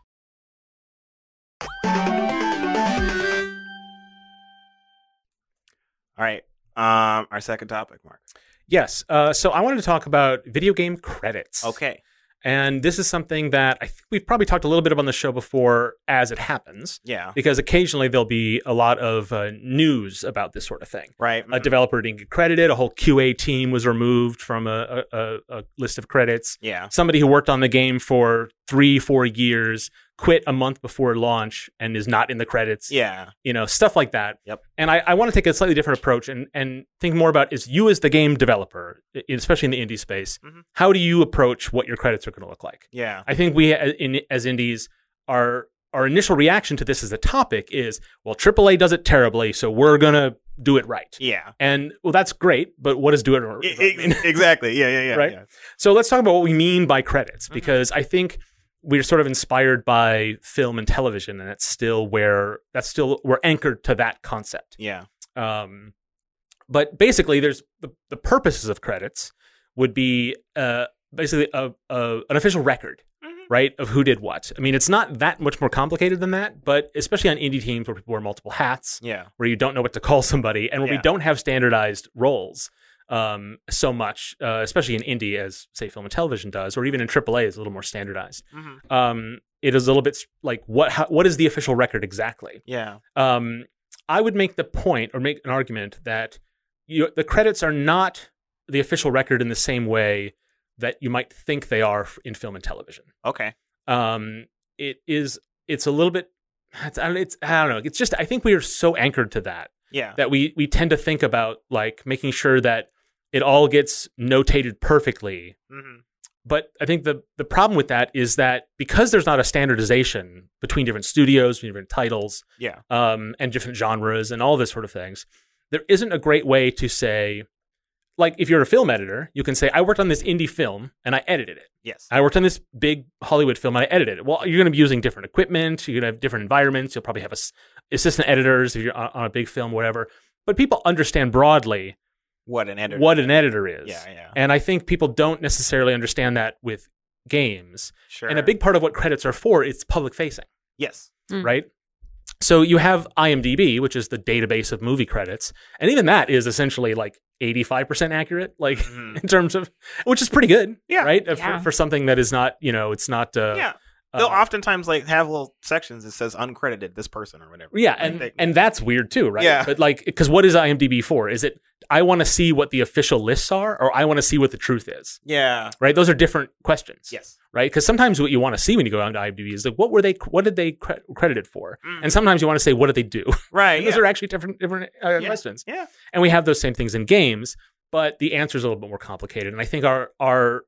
A: All right. Um, our second topic, Mark.
C: Yes. Uh, so I wanted to talk about video game credits.
A: Okay.
C: And this is something that I think we've probably talked a little bit about on the show before as it happens,
A: Yeah.
C: because occasionally there'll be a lot of uh, news about this sort of thing.
A: Right. mm,
C: A developer didn't get credited, a whole QA team was removed from a, a, a, a list of credits.
A: yeah.
C: Somebody who worked on the game for three, four years quit a month before launch and is not in the credits.
A: Yeah.
C: you know, stuff like that.
A: Yep.
C: And I, I want to take a slightly different approach and, and think more about is you as the game developer, i- especially in the indie space,
A: Mhm.
C: how do you approach what your credits are going to look like?
A: Yeah.
C: I think we a- in, as indies our our initial reaction to this as a topic is well AAA does it terribly, so we're gonna do it right. *laughs*
A: Yeah.
C: And well, that's great, but what does do it right
A: E- *laughs*
C: mean?
A: e- exactly. Yeah. Yeah. Yeah.
C: Right?
A: yeah. Mm-hmm.
C: So let's talk about what we mean by credits because I think we are sort of inspired by film and television, and that's still where that's still we're anchored to that concept.
A: Yeah.
C: Um, but basically, there's the, the purposes of credits would be uh, basically a, a, an official record,
A: Mm-hmm.
C: right, of who did what. I mean, it's not that much more complicated than that, but especially on indie teams where people wear multiple hats,
A: Yeah.
C: where you don't know what to call somebody, and where
A: Yeah.
C: we don't have standardized roles um, so much, uh, especially in indie as say film and television does, or even in AAA is a little more standardized.
A: Mhm.
C: Um, it is a little bit s- like what how, what is the official record exactly?
A: Yeah.
C: um, I would make the point or make an argument that you, the credits are not the official record in the same way that you might think they are f- in film and television.
A: Okay.
C: Um, it is it's a little bit it's, I don't- it's I don't know it's just I think we are so anchored to that
A: Yeah.
C: that we we tend to think about like making sure that it all gets notated perfectly
A: hmm
C: but I think the the problem with that is that because there's not a standardization between different studios, between different titles,
A: Yeah.
C: um, and different genres and all this sort of things, there isn't a great way to say, like, if you're a film editor, you can say, I worked on this indie film and I edited it.
A: Yes.
C: I worked on this big Hollywood film and I edited it. Well, you're going to be using different equipment. You're going to have different environments. You'll probably have ass- assistant editors if you're on, on a big film, whatever. But people understand broadly
A: what an editor.
C: what an editor is.
A: Yeah. Yeah.
C: And I think people don't necessarily understand that with games.
A: Sure.
C: And a big part of what credits are for is public facing,
A: Yes.
B: Mm.
C: right? So you have IMDb, which is the database of movie credits, and even that is essentially like 85% accurate, *laughs* like
A: Mhm.
C: *laughs* in terms of which is pretty good,
A: Yeah.
C: right? Uh,
B: Yeah.
C: For, for something that is not, you know, it's not uh,
A: yeah.
C: uh,
A: They'll oftentimes like have little sections that says uncredited this person or whatever.
C: yeah,
A: Like,
C: and
A: they-
C: and that's weird too, right?
A: Yeah.
C: But like, because what is IMDb for? Is it I want to see what the official lists are, or I want to see what the truth is,
A: yeah.
C: right? Those are different questions.
A: Yes.
C: right? Because sometimes what you want to see when you go on to IMDb is like, what were they? What did they cre- credited for?
A: Mm.
C: And sometimes you want to say, what did they do?
A: Right.
C: and
A: yeah.
C: those are actually different different uh,
A: Yeah.
C: questions.
A: Yeah.
C: And we have those same things in games, but the answer is a little bit more complicated. And I think our our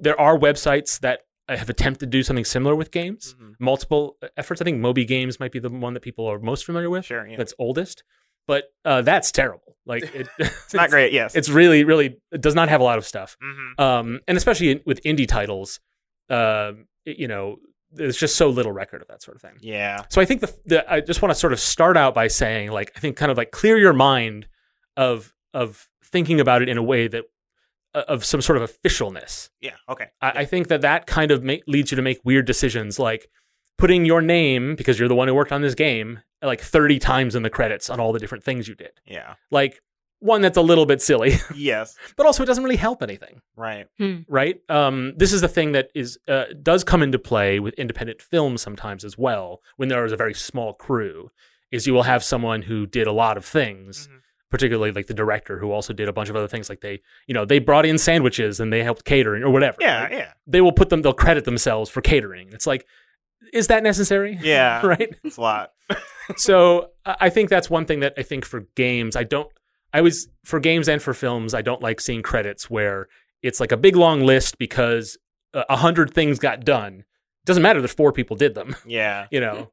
C: there are websites that have attempted to do something similar with games,
A: Mhm.
C: multiple uh, efforts. I think Moby Games might be the one that people are most familiar with.
A: Sure, yeah.
C: That's oldest, but uh, that's terrible.
A: *laughs*
C: Like it, *laughs*
A: It's not great. Yes.
C: It's really, really it does not have a lot of stuff
A: Mhm.
C: um, and especially in, with indie titles, um, it- you know, there's just so little record of that sort of thing.
A: Yeah.
C: So I think the, the I just want to sort of start out by saying, like, I think kind of like clear your mind of of thinking about it in a way that uh, of some sort of officialness.
A: Yeah. Okay.
C: I, I think that that kind of ma- leads you to make weird decisions, like putting your name because you're the one who worked on this game like 30 times in the credits on all the different things you did. *laughs*
A: Yeah.
C: Like one that's a little bit silly, *laughs*
A: yes.
C: but also it doesn't really help anything
A: Right.
C: right? Um, this is the thing that is uh, does come into play with independent films sometimes as well. When there is a very small crew, is you will have someone who did a lot of things,
A: Mm-hmm.
C: particularly like the director who also did a bunch of other things. Like they, you know, they brought in sandwiches and they helped catering or whatever.
A: Yeah.
C: right?
A: Yeah.
C: they will put them. They'll credit themselves for catering. It's like, is that necessary?
A: Yeah.
C: *laughs* right.
A: It's a lot.
C: so I I think that's one thing that I think for games, I don't. I was for games and for films, I don't like seeing credits where it's like a big long list because uh, a hundred things got done. Doesn't matter that four people did them, *laughs*
A: Yeah. *laughs*
C: you know.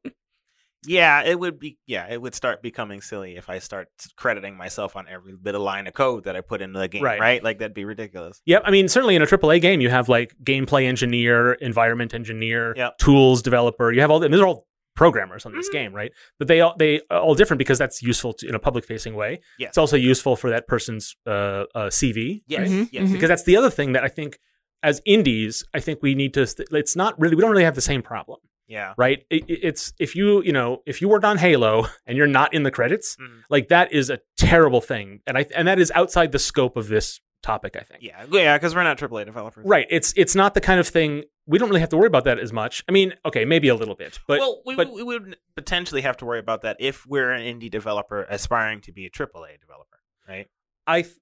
A: Yeah, it would be. Yeah, it would start becoming silly if I start crediting myself on every bit of line of code that I put into the game, right?
C: Right.
A: Like that'd be ridiculous.
C: yep. I mean, certainly in a AAA game, you have like gameplay engineer, environment engineer,
A: Yep. Mm-hmm.
C: tools developer. You have all. And these are all programmers on this game, right? But they all they are all different because that's useful to, in a public facing way.
A: Yes.
C: It's also useful for that person's uh, uh, CV,
A: Yes,
B: Mhm,
A: yes,
B: mhm.
C: because that's the other thing that I think as indies, I think we need to. st- It's not really we don't really have the same problem,
A: yeah,
C: right? It, it- it's if you you know if you worked on Halo *laughs* and you're not in the credits,
A: Mhm.
C: like that is a terrible thing, and I and that is outside the scope of this topic. I think,
A: yeah, yeah. Because we're not AAA developers,
C: right? It's it's not the kind of thing we don't really have to worry about that as much. I mean, okay, maybe a little bit, but
A: well, we,
C: but-
A: we would potentially have to worry about that if we're an indie developer aspiring to be a AAA developer, right?
C: I th-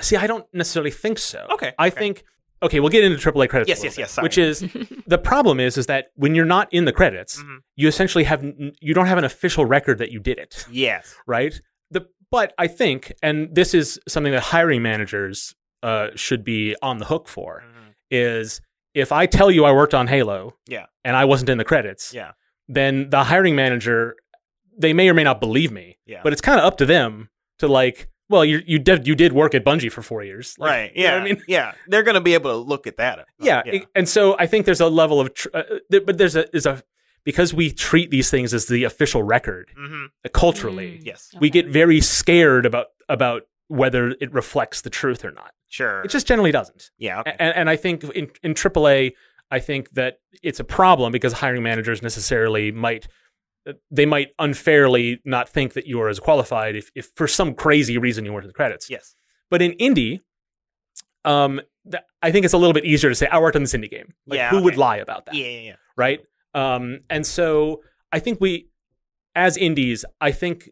C: see. I don't necessarily think so.
A: Okay,
C: I
A: okay.
C: think okay. We'll get into AAA credits.
A: Yes,
C: a little
A: yes,
C: bit,
A: yes, sorry.
C: Which is
A: *laughs*
C: the problem is is that when you're not in the credits,
A: Mhm.
C: you essentially have n- you don't have an official record that you did it,
A: Yes,
C: right? The but I think, and this is something that hiring managers uh, should be on the hook for,
A: Mhm.
C: is if I tell you I worked on Halo,
A: Yeah.
C: and I wasn't in the credits,
A: yeah,
C: then the hiring manager they may or may not believe me
A: Yeah.
C: but it's kind of up to them to like Well, you you did you did work at Bungie for four years, Like,
A: right.
C: you know
A: Yeah.
C: what I mean,
A: yeah. They're going to be able to look at that. uh,
C: yeah.
A: Yeah.
C: And so I think there's a level of, tr- uh, th- but there's a is a because we treat these things as the official record
A: hmm
C: uh, culturally,
B: Mm.
A: Yes.
C: we
B: Okay.
C: get very scared about about whether it reflects the truth or not.
A: Sure.
C: It just generally doesn't.
A: yeah. Okay.
C: And, and I think in, in AAA, I think that it's a problem because hiring managers necessarily might uh, they might unfairly not think that you are as qualified if, if for some crazy reason you weren't in the credits.
A: yes.
C: But in indie, um, th- I think it's a little bit easier to say I worked on this indie game. Like,
A: Yeah,
C: who would
A: okay.
C: lie about that?
A: Yeah. Yeah. Yeah.
C: right? Um, and so I think we, as indies, I think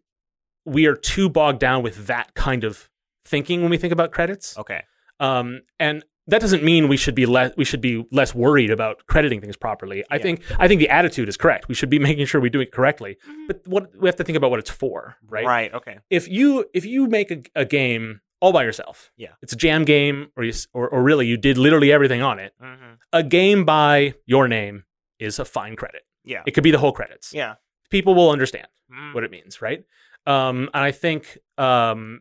C: we are too bogged down with that kind of thinking when we think about credits.
A: Okay.
C: Um, and that doesn't mean we should be less we should be less worried about crediting things properly. I
A: Yeah.
C: think I think the attitude is correct. We should be *laughs* making sure we do it correctly. But what we have to think about what it's for, right?
A: Mm-hmm. Right. Okay.
C: If you if you make a, a game all by yourself,
A: Yeah.
C: it's a jam game, or you s- or, or really you did literally everything on it.
A: hmm
C: A game by your name is a fine credit.
A: Yeah.
C: It could be the whole credits.
A: Yeah.
C: People will understand
A: Mm.
C: what it means, right? Um, and I think um,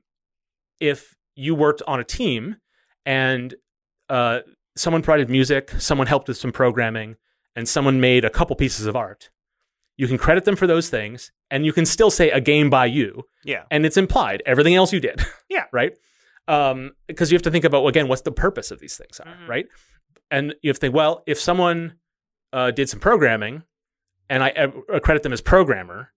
C: if you worked on a team and uh, someone provided music, someone helped with some programming, and someone made a couple pieces of art, you can credit them for those things, and you can still say a game by you,
A: Yeah.
C: and it's implied everything else you did.
A: Yeah.
C: right. Um, because you have to think about again what's the purpose of these things are,
A: Mhm.
C: right? And you have to think, well, if someone uh, did some programming, and I uh, credit them as programmer,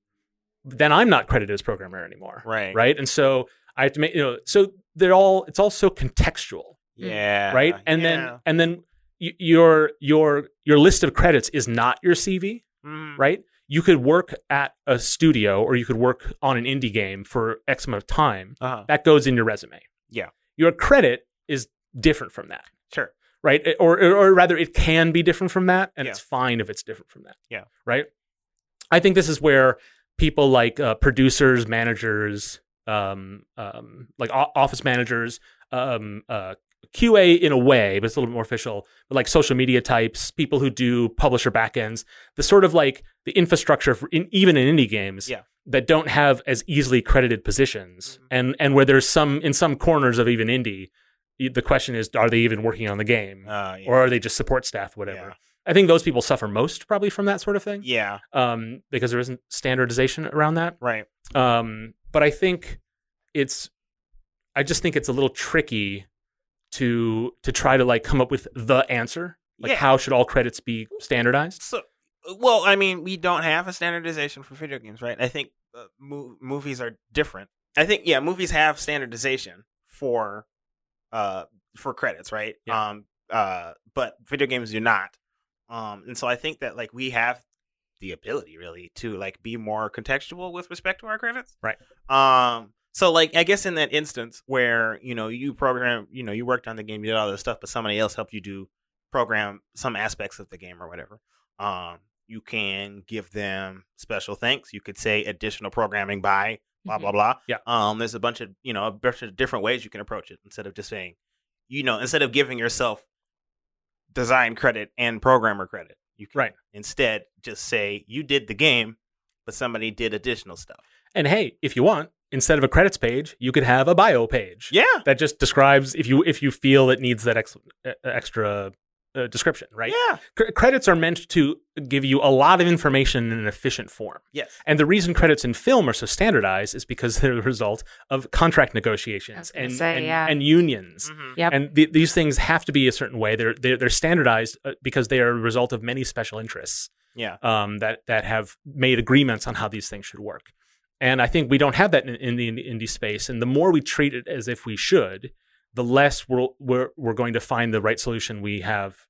C: then I'm not credited as programmer anymore,
A: Right.
C: Right, and so I have to make you know. So they're all it's all so contextual,
A: Yeah.
C: right? And then and then y- your your your list of credits is not your CV,
A: then
C: right? You could work at a studio or you could work on an indie game for X amount of time.
A: Uh-huh.
C: That goes in your resume.
A: Yeah.
C: Your credit is different from that,
A: Sure.
C: right? It- Or, or, or rather, it can be different from that, and
A: Yeah.
C: it's fine if it's different from that.
A: Yeah.
C: Right? I think this is where people like uh, producers, managers, um, um, like o- office managers, um, uh, QA in a way, but it's a little bit more official, but like social media types, people who do publisher backends, the sort of like the infrastructure for in, even in indie games
A: Yeah.
C: that don't have as easily credited positions
A: Mm-hmm.
C: and and where there's some in some corners of even indie y- the question is are they even working on the game
A: Uh, yeah.
C: or are they just support staff whatever
A: Yeah.
C: i think those people suffer most probably from that sort of thing
A: yeah.
C: um, because there isn't standardization around that
A: Right.
C: um, but I think it's, I just think it's a little tricky to to try to like come up with the answer. Like,
A: Yeah.
C: how should all credits be standardized?
A: So, uh, well, I mean, we don't have a standardization for video games, right? I think uh, mo- movies are different. I think yeah, movies have standardization for uh for credits, right?
C: Yeah.
A: Um uh but video games do not. Um and so I think that like we have the ability really to like be more contextual with respect to our credits.
C: Right.
A: Um so like I guess in that instance where, you know, you program, you know, you worked on the game, you did all this stuff, but somebody else helped you do program some aspects of the game or whatever um, you can give them special thanks. You could say additional programming by blah blah blah.
C: Mm-hmm. Yeah.
A: Um, there's a bunch of you know a bunch of different ways you can approach it instead of just saying, you know, instead of giving yourself design credit and programmer credit, you can
C: Right.
A: instead just say you did the game, but somebody did additional stuff.
C: And hey, if you want, instead of a credits page, you could have a bio page.
A: Yeah.
C: That just describes if you if you feel it needs that ex- e- extra uh, description, right?
A: Yeah.
C: Cr- credits are meant to give you a lot of information in an efficient form.
A: Yes.
C: And the reason credits in film are so standardized is because *laughs* they're the result of contract
B: I was
C: negotiations
B: gonna
C: and,
B: say,
C: and,
B: yeah. Mm,
C: and unions.
A: Mhm.
B: Mm-hmm. Yep.
C: And th- these things have to be a certain way. They're, they're, they're standardized uh, because they are a result of many special interests
A: Yeah.
C: um, that, that have made agreements on how these things should work. And I think we don't have that in, in the indie space. And the more we treat it as if we should, the less we're, we're, we're going to find the right solution we have.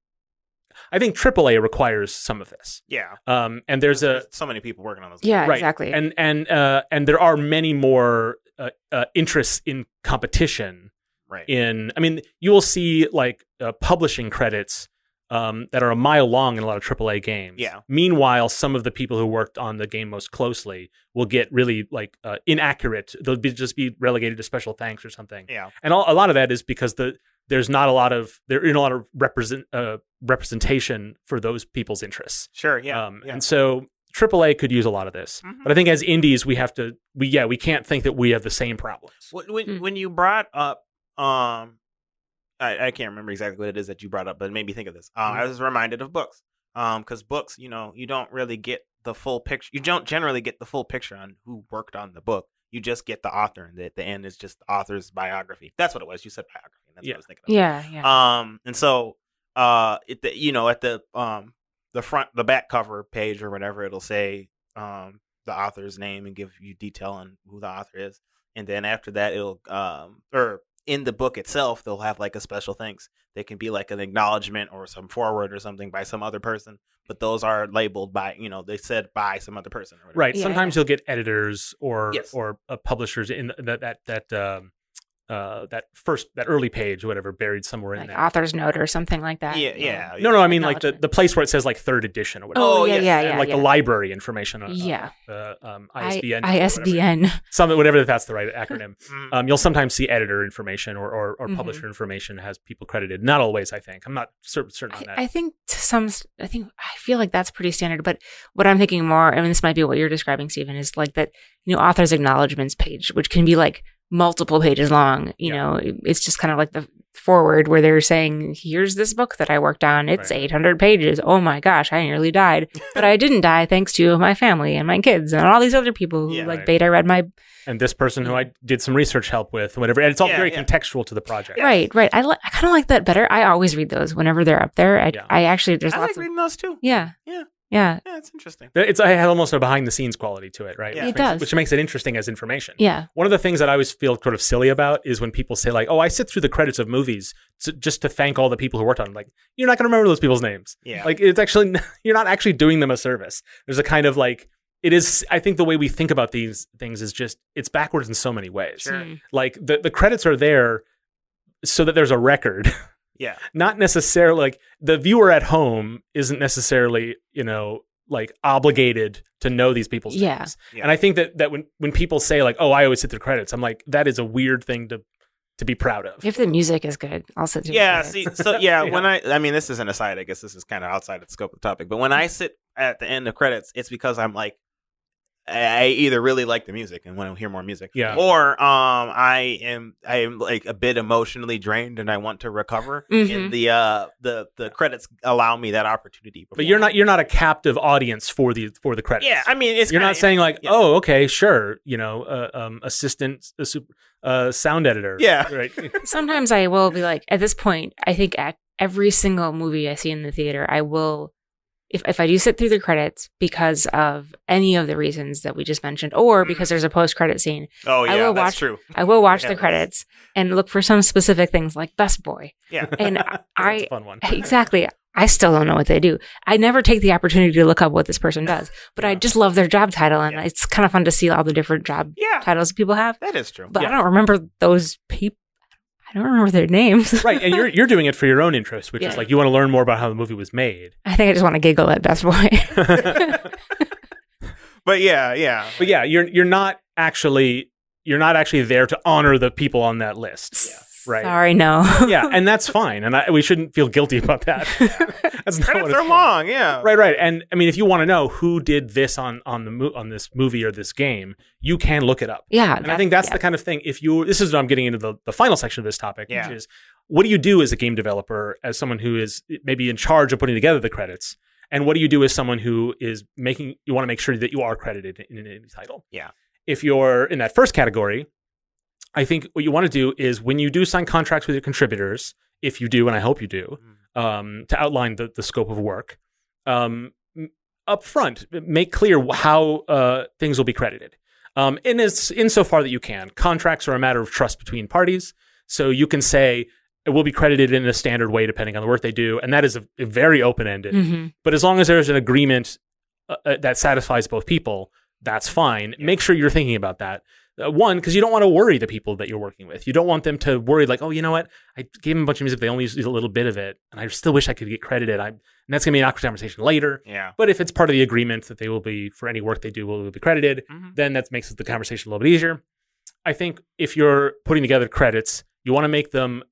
C: I think AAA requires some of this.
A: Yeah.
C: Um, and there's a,
A: so many people working on this.
B: Yeah,
C: right.
B: exactly.
C: And and uh, and there are many more uh, uh, interests in competition.
A: Right.
C: In I mean, you will see like uh, publishing credits um, that are a mile long in a lot of AAA games.
A: Yeah.
C: Meanwhile, some of the people who worked on the game most closely will get really like uh, inaccurate. They'll be, just be relegated to special thanks or something.
A: Yeah.
C: And all, a lot of that is because the there's not a lot of there in a lot of represent uh, representation for those people's interests.
A: Sure. Yeah.
C: Um,
A: yeah.
C: And so AAA could use a lot of this.
A: Mhm.
C: But I think as indies, we have to, we yeah, we can't think that we have the same problems.
A: When when,
B: Mm.
A: when you brought up, um, I, I can't remember exactly what it is that you brought up, but it made me think of this. Um, I was reminded of books, um, because books, you know, you don't really get the full picture. You don't generally get the full picture on who worked on the book. You just get the author, and the, the end is just the author's biography. That's what it was. You said biography. and That's what
C: Yeah.
A: I was thinking. Of.
B: Yeah, yeah.
A: Um, and so, uh, it, the, you know, at the um, the front, the back cover page or whatever, it'll say um the author's name and give you detail on who the author is, and then after that, it'll um or in the book itself, they'll have like a special thanks. They can be like an acknowledgement or some forward or something by some other person, but those are labeled by you know they said by some other person. Or whatever.
C: Right.
B: Yeah.
C: Sometimes you'll get editors or
A: Yes.
C: or uh, publishers in that that that um, uh, that first that early page, whatever, buried somewhere in
B: like
C: there.
B: author's note or something like that.
A: Yeah, yeah.
C: No, no, I mean like the,
B: Acknowledgement.
C: the place where it says like third edition or whatever.
B: Oh,
A: Oh,
B: yeah,
A: yes,
B: yeah,
C: and
B: yeah.
C: like
B: yeah.
C: the library information on,
B: Yeah.
C: on the um,
B: I-
C: ISBN. or whatever.
B: ISBN.
C: Something, whatever that's the right
A: *laughs*
C: acronym.
A: Mm.
B: uh,
C: Um, you'll sometimes see editor information or, or, or
B: Mhm.
C: publisher information has people credited. Not always, I think. I'm not cer- certain on that.
B: I, I think to some, s- I think I feel like that's pretty standard. But what I'm thinking more, I mean, this might be what you're describing, Stephen, is like that you know author's acknowledgments page, which can be like multiple pages long. You
C: Yeah.
B: know, it- it's just kind of like the forward where they're saying, "Here's this book that I worked on. It's
C: Right.
B: 800 pages. Oh my gosh, I nearly died, but I didn't die thanks to my family and my kids and all these other people who
A: Yeah,
B: like
C: right.
B: beta read my
C: and this person who I did some research help with, whatever. And it's all
A: Yeah,
C: very
A: yeah.
C: contextual to the project.
B: right, right. I li- I kind of like that better. I always read those whenever they're up there. I,
C: Yeah.
B: I actually there's
A: I
B: lots
A: like
B: of
A: reading those too.
B: yeah
A: Yeah.
B: yeah
A: Yeah, it's interesting.
C: It's it has almost a behind the scenes quality to it, right?
A: Yeah.
C: Which
B: It
C: makes
B: does.
C: which makes it interesting as information.
B: yeah.
C: One of the things that I always feel sort of silly about is when people say like, "Oh, I sit through the credits of movies to, just to thank all the people who worked on." it. Like, you're not going to remember those people's names.
A: Yeah.
C: Like, it's actually *laughs* you're not actually doing them a service. There's a kind of like it is. I think the way we think about these things is just it's backwards in so many ways.
A: Sure.
B: Mm.
C: Like the the credits are there so that there's a record
A: Yeah.
C: not necessarily like the viewer at home isn't necessarily you know like obligated to know these people's
B: Yeah.
C: names.
A: Yeah.
C: And I think that that when when people say like, "Oh, I always hit their credits," I'm like, that is a weird thing to to be proud of.
B: If the music is good, I'll sit through. the
A: yeah
B: credits.
A: see so
C: *laughs*
A: yeah,
C: Yeah.
A: when i i mean this is an aside i guess this is kind of outside of the scope of the topic but when i sit at the end of credits it's because i'm like i I either really like the music and want to hear more music
C: Yeah.
A: or um i am i am like a bit emotionally drained and i want to recover
B: Mhm.
C: Mm-hmm.
A: and the uh the the credits allow me that opportunity
C: but you're not you're not a captive audience for the for the credits.
A: yeah i mean it's
C: you're not
A: kinda-
C: saying like,
A: yeah.
C: "Oh, okay, sure," you know, uh, um, assistant, a super, uh, sound editor.
A: Yeah.
B: *laughs*
C: *laughs* right.
B: Sometimes I will be like, at this point, I think at every single movie I see in the theater, I will, if if I do sit through the credits because of any of the reasons that we just mentioned,
A: Mm-hmm.
B: or because there's a post credit scene,
A: oh
B: I
A: yeah
B: will
A: that's
B: watch-
A: true
B: I will watch
A: Yeah.
B: the credits and look for some specific things like best boy.
C: *laughs*
A: yeah
B: And
C: That's
B: I
C: a fun one.
B: *laughs* exactly. I still don't know what they do. I never take the opportunity to look up what this person does, but I
C: Yeah.
B: just love their job title, and
A: Yeah.
B: it's kind of fun to see all the different job *laughs*
A: yeah
B: titles people have.
A: *laughs* that is true
B: but
A: yeah.
B: I don't remember those people. I don't remember their names. *laughs*
C: right, and you're you're doing it for your own interest, which
B: Yeah.
C: is like you want to learn more about how the movie was made. *laughs*
B: I think I just want to giggle at Best Boy. *laughs*
A: but yeah yeah
C: But yeah, you're you're not actually you're not actually there to honor the people on that list. Right.
B: Sorry, no.
C: yeah, and that's fine, and I, we shouldn't feel guilty about that. that's not what
A: credits
C: it's
A: are
C: for.
A: long yeah
C: Right, right, and I mean, if you want to know who did this on on the mo- on this movie or this game, you can look it up.
B: *laughs* Yeah.
C: And I think that's
B: yeah.
C: the kind of thing. If you, this is what I'm getting into the, the final section of this topic,
A: Yeah.
C: which is what do you do as a game developer, as someone who is eh, maybe in charge of putting together the credits, and what do you do as someone who is making you want to make sure that you are credited in any title?
A: Yeah.
C: If you're in that first category, I think what you want to do is when you do sign contracts with your contributors, if you do, and I hope you do, um, to outline the, the scope of work, um, m- up front, make clear wh- how uh, things will be credited. Um, in as, insofar that you can, contracts are a matter of trust between parties. So you can say it will be credited in a standard way depending on the work they do, and that is a, a very open ended.
B: Mhm.
C: But as long as there's an agreement uh, uh, that satisfies both people, that's fine. Make sure you're thinking about that. Uh, one, because you don't want to worry the people that you're working with. You don't want them to worry like, oh, you know what? I gave them a bunch of music, they only used a little bit of it, and I still wish I could get credited. I, and that's gonna be an awkward conversation later.
A: yeah
C: But if it's part of the agreement that they will be for any work they do will be credited,
A: Mhm.
C: then that makes the conversation a little bit easier. I think if you're putting together credits, you want to make them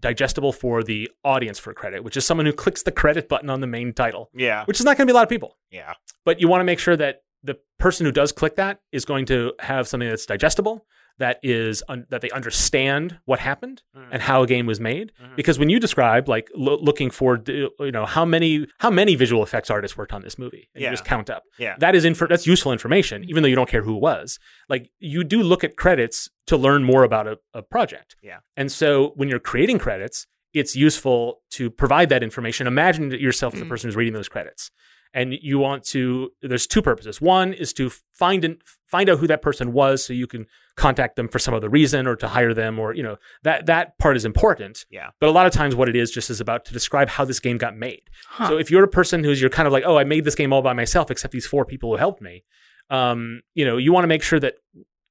C: digestible for the audience for credit, which is someone who clicks the credit button on the main title,
A: Yeah.
C: which is not going to be a lot of people.
A: Yeah.
C: But you want to make sure that the person who does click that is going to have something that's digestible, that is un- that they understand what happened
A: Mm-hmm.
C: and how a game was made. Because when you describe like lo- looking for, d- you know, how many how many visual effects artists worked on this movie, and
A: Yeah.
C: you just count up.
A: Yeah.
C: That is infor- that's useful information, even though you don't care who it was. Like you do look at credits to learn more about a, a project.
A: Yeah.
C: And so when you're creating credits, it's useful to provide that information. Imagine that yourself as the
B: Mm.
C: person who's reading those credits. And you want to there's two purposes. One is to find and find out who that person was so you can contact them for some other reason or to hire them or you know that that part is important.
A: Yeah.
C: But a lot of times what it is just is about to describe how this game got made.
B: Huh.
C: So if you're a person who's you're kind of like, oh, I made this game all by myself, except these four people who helped me. Um, you know, you want to make sure that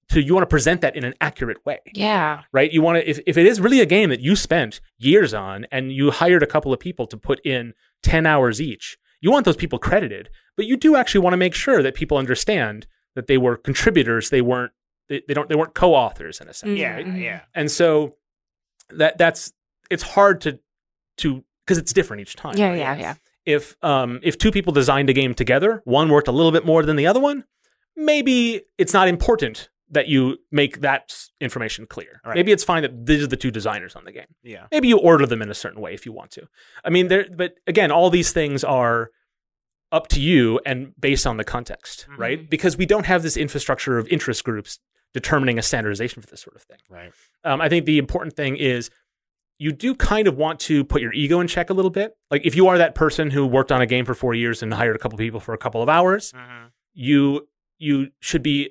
C: so you want to present that in an accurate way,
B: yeah.
C: right? You want to if, if it is really a game that you spent years on and you hired a couple of people to put in ten hours each, you want those people credited, but you do actually want to make sure that people understand that they were contributors, they weren't they, they don't they weren't co-authors in a sense.
A: Yeah.
C: right?
B: Mhm.
A: Yeah.
C: And so that that's it's hard to to because it's different each time.
B: Yeah,
C: right?
B: yeah, yeah.
C: if um, if two people designed a game together, one worked a little bit more than the other one, maybe it's not important that you make that s- information clear.
A: Right.
C: Maybe it's fine that these are the two designers on the game.
A: Yeah.
C: Maybe you order them in a certain way if you want to. I mean, there. But again, all these things are up to you and based on the context, right? Because we don't have this infrastructure of interest groups determining a standardization for this sort of thing.
A: Right.
C: Um, I think the important thing is you do kind of want to put your ego in check a little bit. Like if you are that person who worked on a game for four years and hired a couple people for a couple of hours, you you should be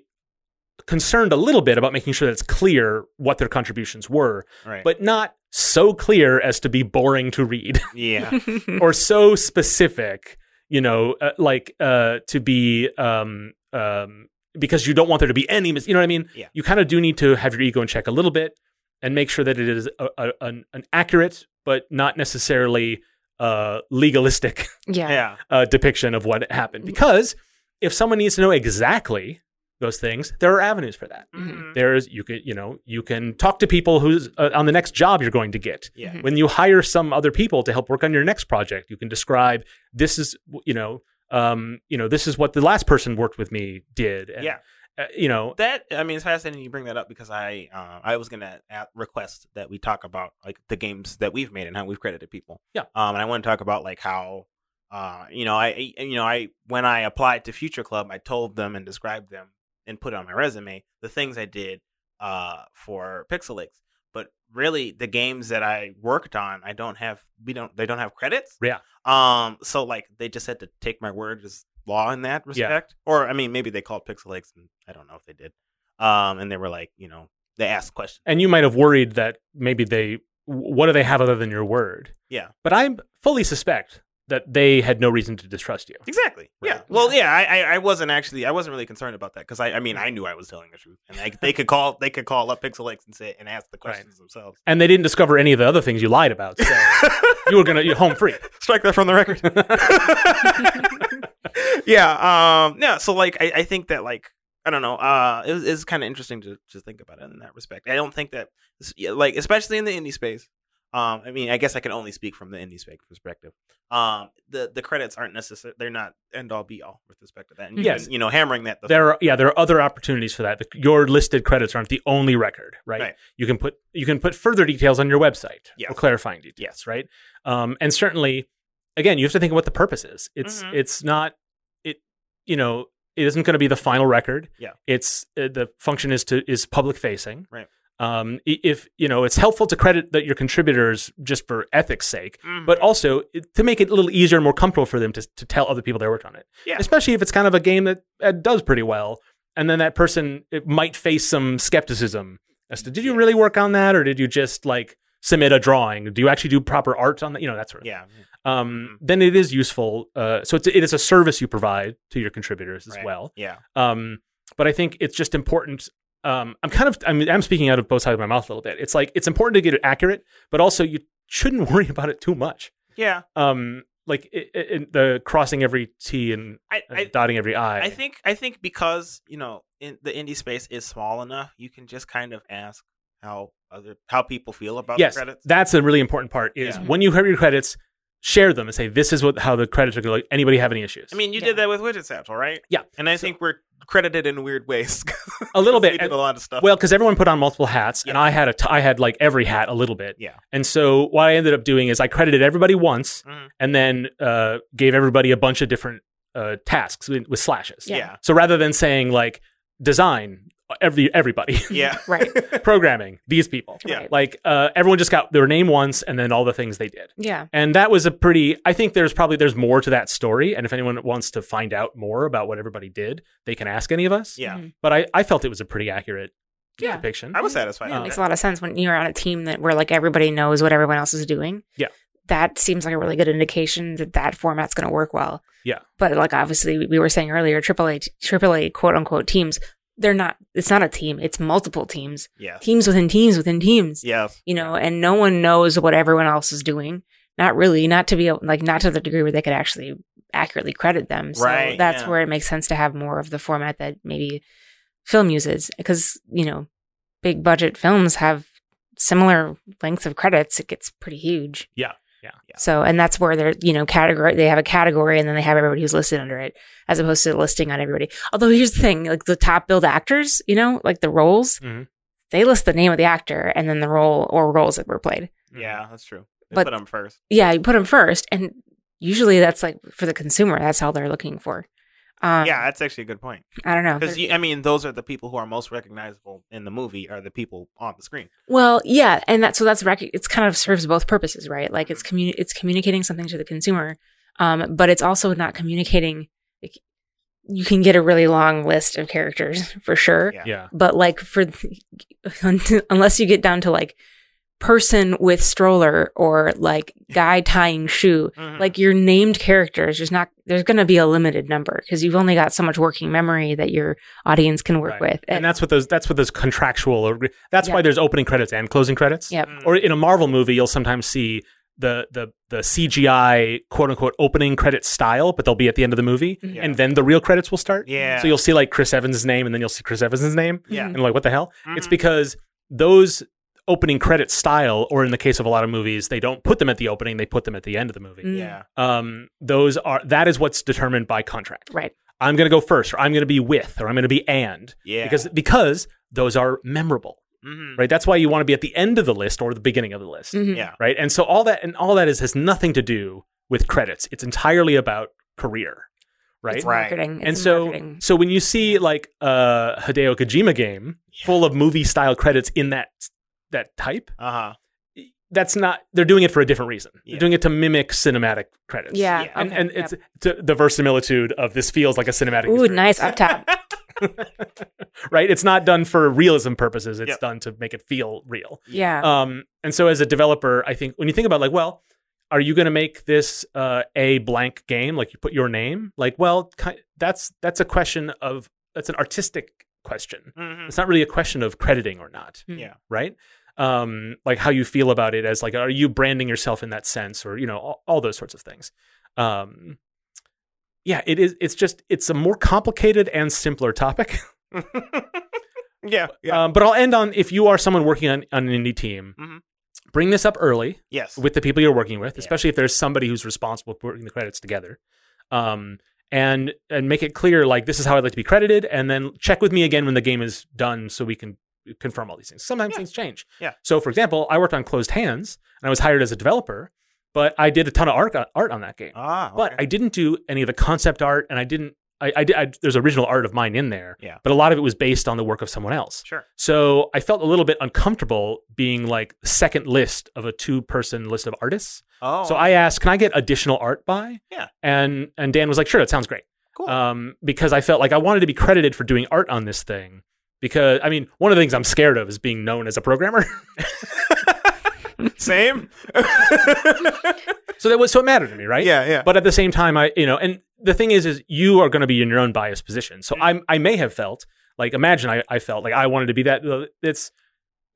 C: concerned a little bit about making sure that it's clear what their contributions were,
A: Right.
C: but not so clear as to be boring to read
A: *laughs* yeah.
C: or so specific, you know, uh, like uh, to be um, um, because you don't want there to be any, mis- you know what I mean?
A: Yeah.
C: You kind of do need to have your ego in check a little bit and make sure that it is a, a, an, an accurate but not necessarily uh, legalistic
B: *laughs* yeah.
A: Yeah.
C: uh, depiction of what happened. Because if someone needs to know exactly those things, there are avenues for that.
A: Mm-hmm.
B: Mhm.
C: There's you can you know you can talk to people who's uh, on the next job you're going to get
A: Yeah.
C: when you hire some other people to help work on your next project you can describe this is you know um you know this is what the last person worked with me did and,
A: Yeah.
C: uh, you know
A: That I mean, it's fascinating you bring that up because I uh, I was gonna a request that we talk about like the games that we've made and how we've credited people.
C: Yeah.
A: Um, and I want to talk about like how, uh, you know, I I- you know I when I applied to Future Club, I told them and described them and put on my resume the things I did uh for Pixelix. But really, the games that I worked on, I don't have we don't they don't have credits.
C: Yeah.
A: Um. So like they just had to take my word as law in that respect. Or I mean, maybe they called Pixelix. And I don't know if they did. Um. And they were like, you know, they asked questions.
C: and you might have worried that maybe they what do they have other than your word
A: Yeah.
C: but i fully suspect that they had no reason to distrust you
A: Exactly. Yeah.
C: Right.
A: Well, yeah. I, I I wasn't actually I wasn't really concerned about that because I I mean I knew I was telling the truth and like they could call they could call up Pixelix and say and ask the questions themselves.
C: and they didn't discover any of the other things you lied about so you were gonna you're home free
A: *laughs* Strike that from the record. *laughs* yeah. Um. Yeah. So like, I, I think that like I don't know. Uh, it was, it's kind of interesting to to think about it in that respect. I don't think that yeah, like especially in the indie space. Um. I mean, I guess I can only speak from the indie space perspective. Um. The the credits aren't necessary. They're not end all be all with respect to that. And you've
C: Yes.
A: been, You know, hammering that. The
C: there are yeah there are other opportunities for that The- your listed credits aren't the only record right?
A: Right.
C: you can put you can put further details on your website
A: Yes.
C: or clarifying details right um, and certainly again you have to think of what the purpose is it's
A: Mhm.
C: it's not it you know it isn't going to be the final record
A: Yeah.
C: it's uh, the function is to is public facing
A: Right.
C: um, i- if you know it's helpful to credit that your contributors just for ethics sake
A: Mhm.
C: but also it- to make it a little easier and more comfortable for them to, to tell other people they worked on it
A: Yeah.
C: especially if it's kind of a game that, that does pretty well and then that person it might face some skepticism as to did you really work on that or did you just like submit a drawing do you actually do proper art on that you know that sort of
A: yeah. Mm-hmm.
C: thing. um then it is useful uh, so it's, it is a service you provide to your contributors as
A: Right.
C: well
A: Yeah.
C: um, but I think it's just important. Um, I'm kind of I'm, I'm speaking out of both sides of my mouth a little bit. It's like it's important to get it accurate, but also you shouldn't *laughs* worry about it too much.
A: Yeah.
C: Um, like i i in the crossing every T and
A: I,
C: uh,
A: I
C: dotting every I.
A: I think I think because you know in the indie space is small enough, you can just kind of ask how other how people feel about
C: yes,
A: the credits?
C: that's a really important part. Is
A: Yeah.
C: when you have your credits, share them and say this is what how the credits are going. to look. Anybody have any issues?
A: I mean, you
B: Yeah.
A: did that with Widget Sample, right?
C: Yeah.
A: And I
C: So-
A: think we're credited in weird ways. *laughs*
C: a little bit.
A: we did
C: And-
A: a lot of stuff.
C: Well, because everyone put on multiple hats, and
A: uh, Yeah.
C: I had a t- I had like every hat a little bit.
A: Yeah.
C: And so what I ended up doing is I credited everybody once,
A: Mhm.
C: and then uh, gave everybody a bunch of different uh, tasks with, with slashes.
B: Yeah.
A: yeah,
C: So rather than saying like design every everybody, *laughs*
A: yeah,
B: Right.
C: programming these people,
A: Yeah.
B: Right.
C: like uh, everyone just got their name once, and then all the things they did.
B: Yeah.
C: And that was a pretty. I think there's probably there's more to that story, and if anyone wants to find out more about what everybody did, they can ask any of us.
A: yeah.
B: Mhm.
C: But I, I felt it was a pretty accurate
B: Yeah.
C: depiction.
A: I was satisfied.
B: Yeah, it
A: with
B: makes a
A: that.
B: lot of sense when you're on a team that where like everybody knows what everyone else is doing.
C: Yeah.
B: That seems like a really good indication that that format's going to work well.
C: Yeah.
B: But like obviously we- we were saying earlier, AAA t- AAA quote unquote teams, they're not. It's not a team. It's multiple teams,
A: Yes.
B: teams within teams within teams.
A: Yes.
B: You know, and no one knows what everyone else is doing. Not really. Not to be able, like not to the degree where they could actually accurately credit them. So
A: Right,
B: that's
A: yeah.
B: where it makes sense to have more of the format that maybe film uses because you know big budget films have similar lengths of credits it gets pretty huge
C: Yeah, yeah,
A: yeah.
B: so and that's where they're you know category they have a category and then they have everybody who's listed under it as opposed to listing on everybody although here's the thing like the top billed actors you know like the roles
A: Mm-hmm.
C: Mhm.
B: they list the name of the actor and then the role or roles that were played
C: Mm-hmm.
A: Yeah, that's true. They
B: But-
A: put them first.
B: yeah you put them first and usually that's like for the consumer that's all they're looking for um,
A: yeah, that's actually a good point.
B: i don't know
A: Because
B: They're-
A: I mean, those are the people who are most recognizable in the movie are the people on the screen.
B: Well, yeah, and that so that's rec- it's kind of serves both purposes, right? Like it's communi- it's communicating something to the consumer, um, but it's also not communicating. Like, you can get a really long list of characters for sure,
A: Yeah.
C: yeah.
B: but like for th- *laughs* unless you get down to like person with stroller or like guy tying shoe,
A: Mhm.
B: like your named characters, there's not there's going to be a limited number because you've only got so much working memory that your audience can work
C: Right.
B: with,
C: And, that's what those that's what those contractual or that's
B: Yeah.
C: why there's opening credits and closing credits.
B: yep.
A: Mm.
C: Or in a Marvel movie, you'll sometimes see the the the CGI quote unquote opening credit style, but they'll be at the end of the movie,
B: Mm-hmm.
A: Yeah.
C: and then the real credits will start.
A: yeah.
C: So you'll see like Chris Evans' name, and then you'll see Chris Evans' name,
A: yeah.
B: Mm-hmm.
C: and like what the hell? It's
A: Mhm.
C: because those opening credit style, or in the case of a lot of movies, they don't put them at the opening; they put them at the end of the movie.
B: Mm.
A: yeah.
C: Um, those are that is what's determined by contract.
B: Right.
C: I'm going to go first, or I'm going to be with, or I'm going to be and
A: Yeah.
C: because because those are memorable,
B: Mm.
A: Mhm.
C: right? That's why you want to be at the end of the list or the beginning of the list,
B: Mhm.
A: Yeah.
C: right? And so all that and all that is has nothing to do with credits. It's entirely about career, right?
B: It's
A: Right.
B: marketing. It's
C: and so
B: marketing.
C: so when you see like a Hideo Kojima game full of movie style credits in that that type,
A: Uh huh.
C: that's not they're doing it for a different reason.
A: Yeah.
C: They're doing it to mimic cinematic credits.
B: Yeah.
A: Yeah.
B: Okay.
C: And, and it's
B: yep.
C: to the verisimilitude of this feels like a cinematic.
B: ooh,
C: experience,
B: nice up top.
C: *laughs* right? It's not done for realism purposes. It's
A: Yep.
C: done to make it feel real.
B: Yeah.
C: Um, and so as a developer, I think when you think about like, well, are you going to make this uh, a blank game? Like you put your name. Like, well, ki- that's that's a question of that's an artistic question.
A: Mhm.
B: Mm-hmm.
C: It's not really a question of crediting or not,
B: Mm.
A: Yeah.
C: right? Um, like how you feel about it as like, are you branding yourself in that sense, or you know, all, all those sorts of things. Um, yeah, it is. It's just it's a more complicated and simpler topic.
A: Yeah. Yeah.
C: Um, but I'll end on if you are someone working on, on an indie team,
A: Mhm.
C: bring this up early
A: yes.
C: with the people you're working with,
A: Yeah.
C: especially if there's somebody who's responsible for putting the credits together. Um, and and make it clear like this is how I'd like to be credited, and then check with me again when the game is done so we can confirm all these things. Sometimes
A: Yeah.
C: things change.
A: Yeah.
C: So for example, I worked on Closed Hands and I was hired as a developer, but I did a ton of art art on that game.
A: ah. Okay.
C: But I didn't do any of the concept art, and I didn't. I, I, did, I there's original art of mine in there,
A: Yeah.
C: but a lot of it was based on the work of someone else.
A: sure.
C: So I felt a little bit uncomfortable being like second list of a two person list of artists.
A: Oh.
C: So I asked, "Can I get additional art by?"
A: Yeah.
C: And and Dan was like, "Sure, that sounds great."
A: Cool.
C: Um, because I felt like I wanted to be credited for doing art on this thing. Because I mean, one of the things I'm scared of is being known as a programmer.
A: *laughs* Same. *laughs*
C: *laughs* so that was so it mattered to me, right?
A: Yeah. Yeah.
C: But at the same time, I you know, and the thing is, is you are going to be in your own biased position.
A: Mm-hmm.
C: So I'm, I may have felt like, imagine I, I felt like I wanted to be that. uh, It's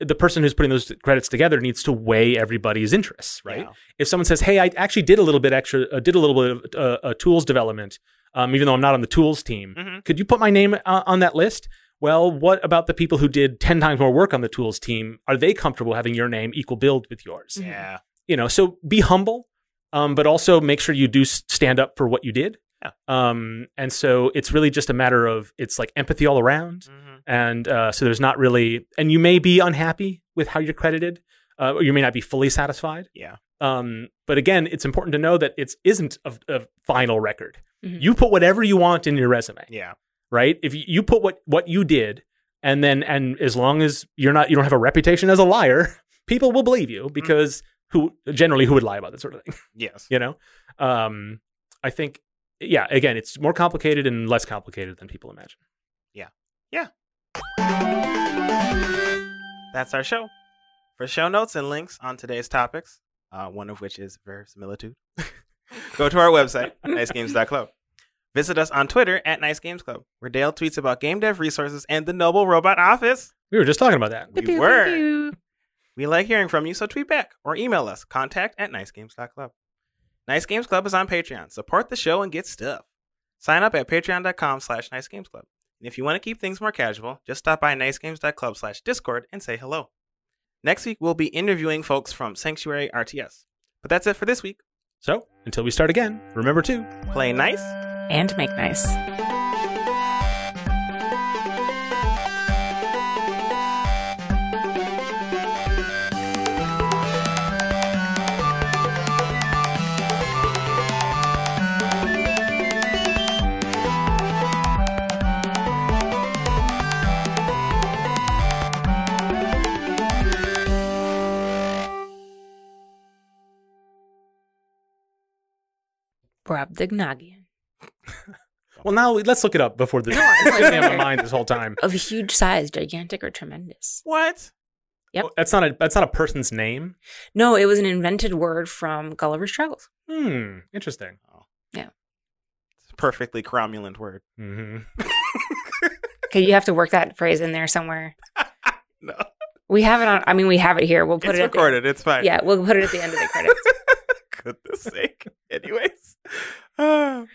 C: the person who's putting those credits together needs to weigh everybody's interests, right?
A: Yeah.
C: If someone says, "Hey, I actually did a little bit extra, uh, did a little bit of uh, uh, tools development, um, even though I'm not on the tools team,
A: Mhm.
C: could you put my name uh, on that list?" well, what about the people who did 10 times more work on the tools team? Are they comfortable having your name equal build with yours?
A: Yeah.
C: You know, so be humble, um, but also make sure you do s- stand up for what you did.
A: Yeah.
C: Um, and so it's really just a matter of it's like empathy all around.
A: Mm-hmm.
C: And uh, so there's not really, and you may be unhappy with how you're credited, uh, or you may not be fully satisfied.
A: Yeah.
C: Um, but again, it's important to know that it isn't a, a final record.
A: Mm-hmm.
B: Mhm.
C: You put whatever you want in your resume
A: Yeah.
C: right? If you- you put what what you did, and then and as long as you're not you don't have a reputation as a liar, *laughs* people will believe you
B: Mm-hmm.
C: because who generally who would lie about that sort of thing,
A: Yes.
C: you know? Um, I think yeah, again, it's more complicated and less complicated than people imagine.
A: That's our show. For show notes and links on today's topics, uh, one of which is verisimilitude, *laughs* go to our website,
C: *laughs*
A: nicegames.club. Visit us on Twitter at Nice Games Club, where Dale tweets about game dev resources and the Noble Robot Office.
C: We were just talking about that.
A: We were. We like hearing from you, so tweet back or email us, contact at nicegames.club. Nice Games Club is on Patreon. Support the show and get stuff. Sign up at patreon.com slash nicegamesclub. And if you want to keep things more casual, just stop by nicegames.club slash discord and say hello. Next week, we'll be interviewing folks from Sanctuary RTS. But that's it for this week.
C: So until we start again, remember to
A: Play nice.
B: And make nice. Rob Dignagian.
C: well now let's look it up before this. *laughs*
B: it's
C: It's been on my mind this whole time.
B: Of huge size, gigantic or tremendous.
A: What?
B: Yep.
C: That's not a that's not a person's name.
B: No, it was an invented word from Gulliver's Travels.
C: Hmm. Interesting.
A: It's a perfectly cromulent word.
C: hmm
B: Okay, you have to work that phrase in there somewhere.
A: *laughs* No.
B: We have it on. I mean, we have it here. We'll put
A: it's
B: it. at the-
A: recorded. It's fine.
B: yeah, we'll put it at the end of the credits.
A: *laughs* Goodness sake. Anyways. Ah. *sighs*
B: *laughs*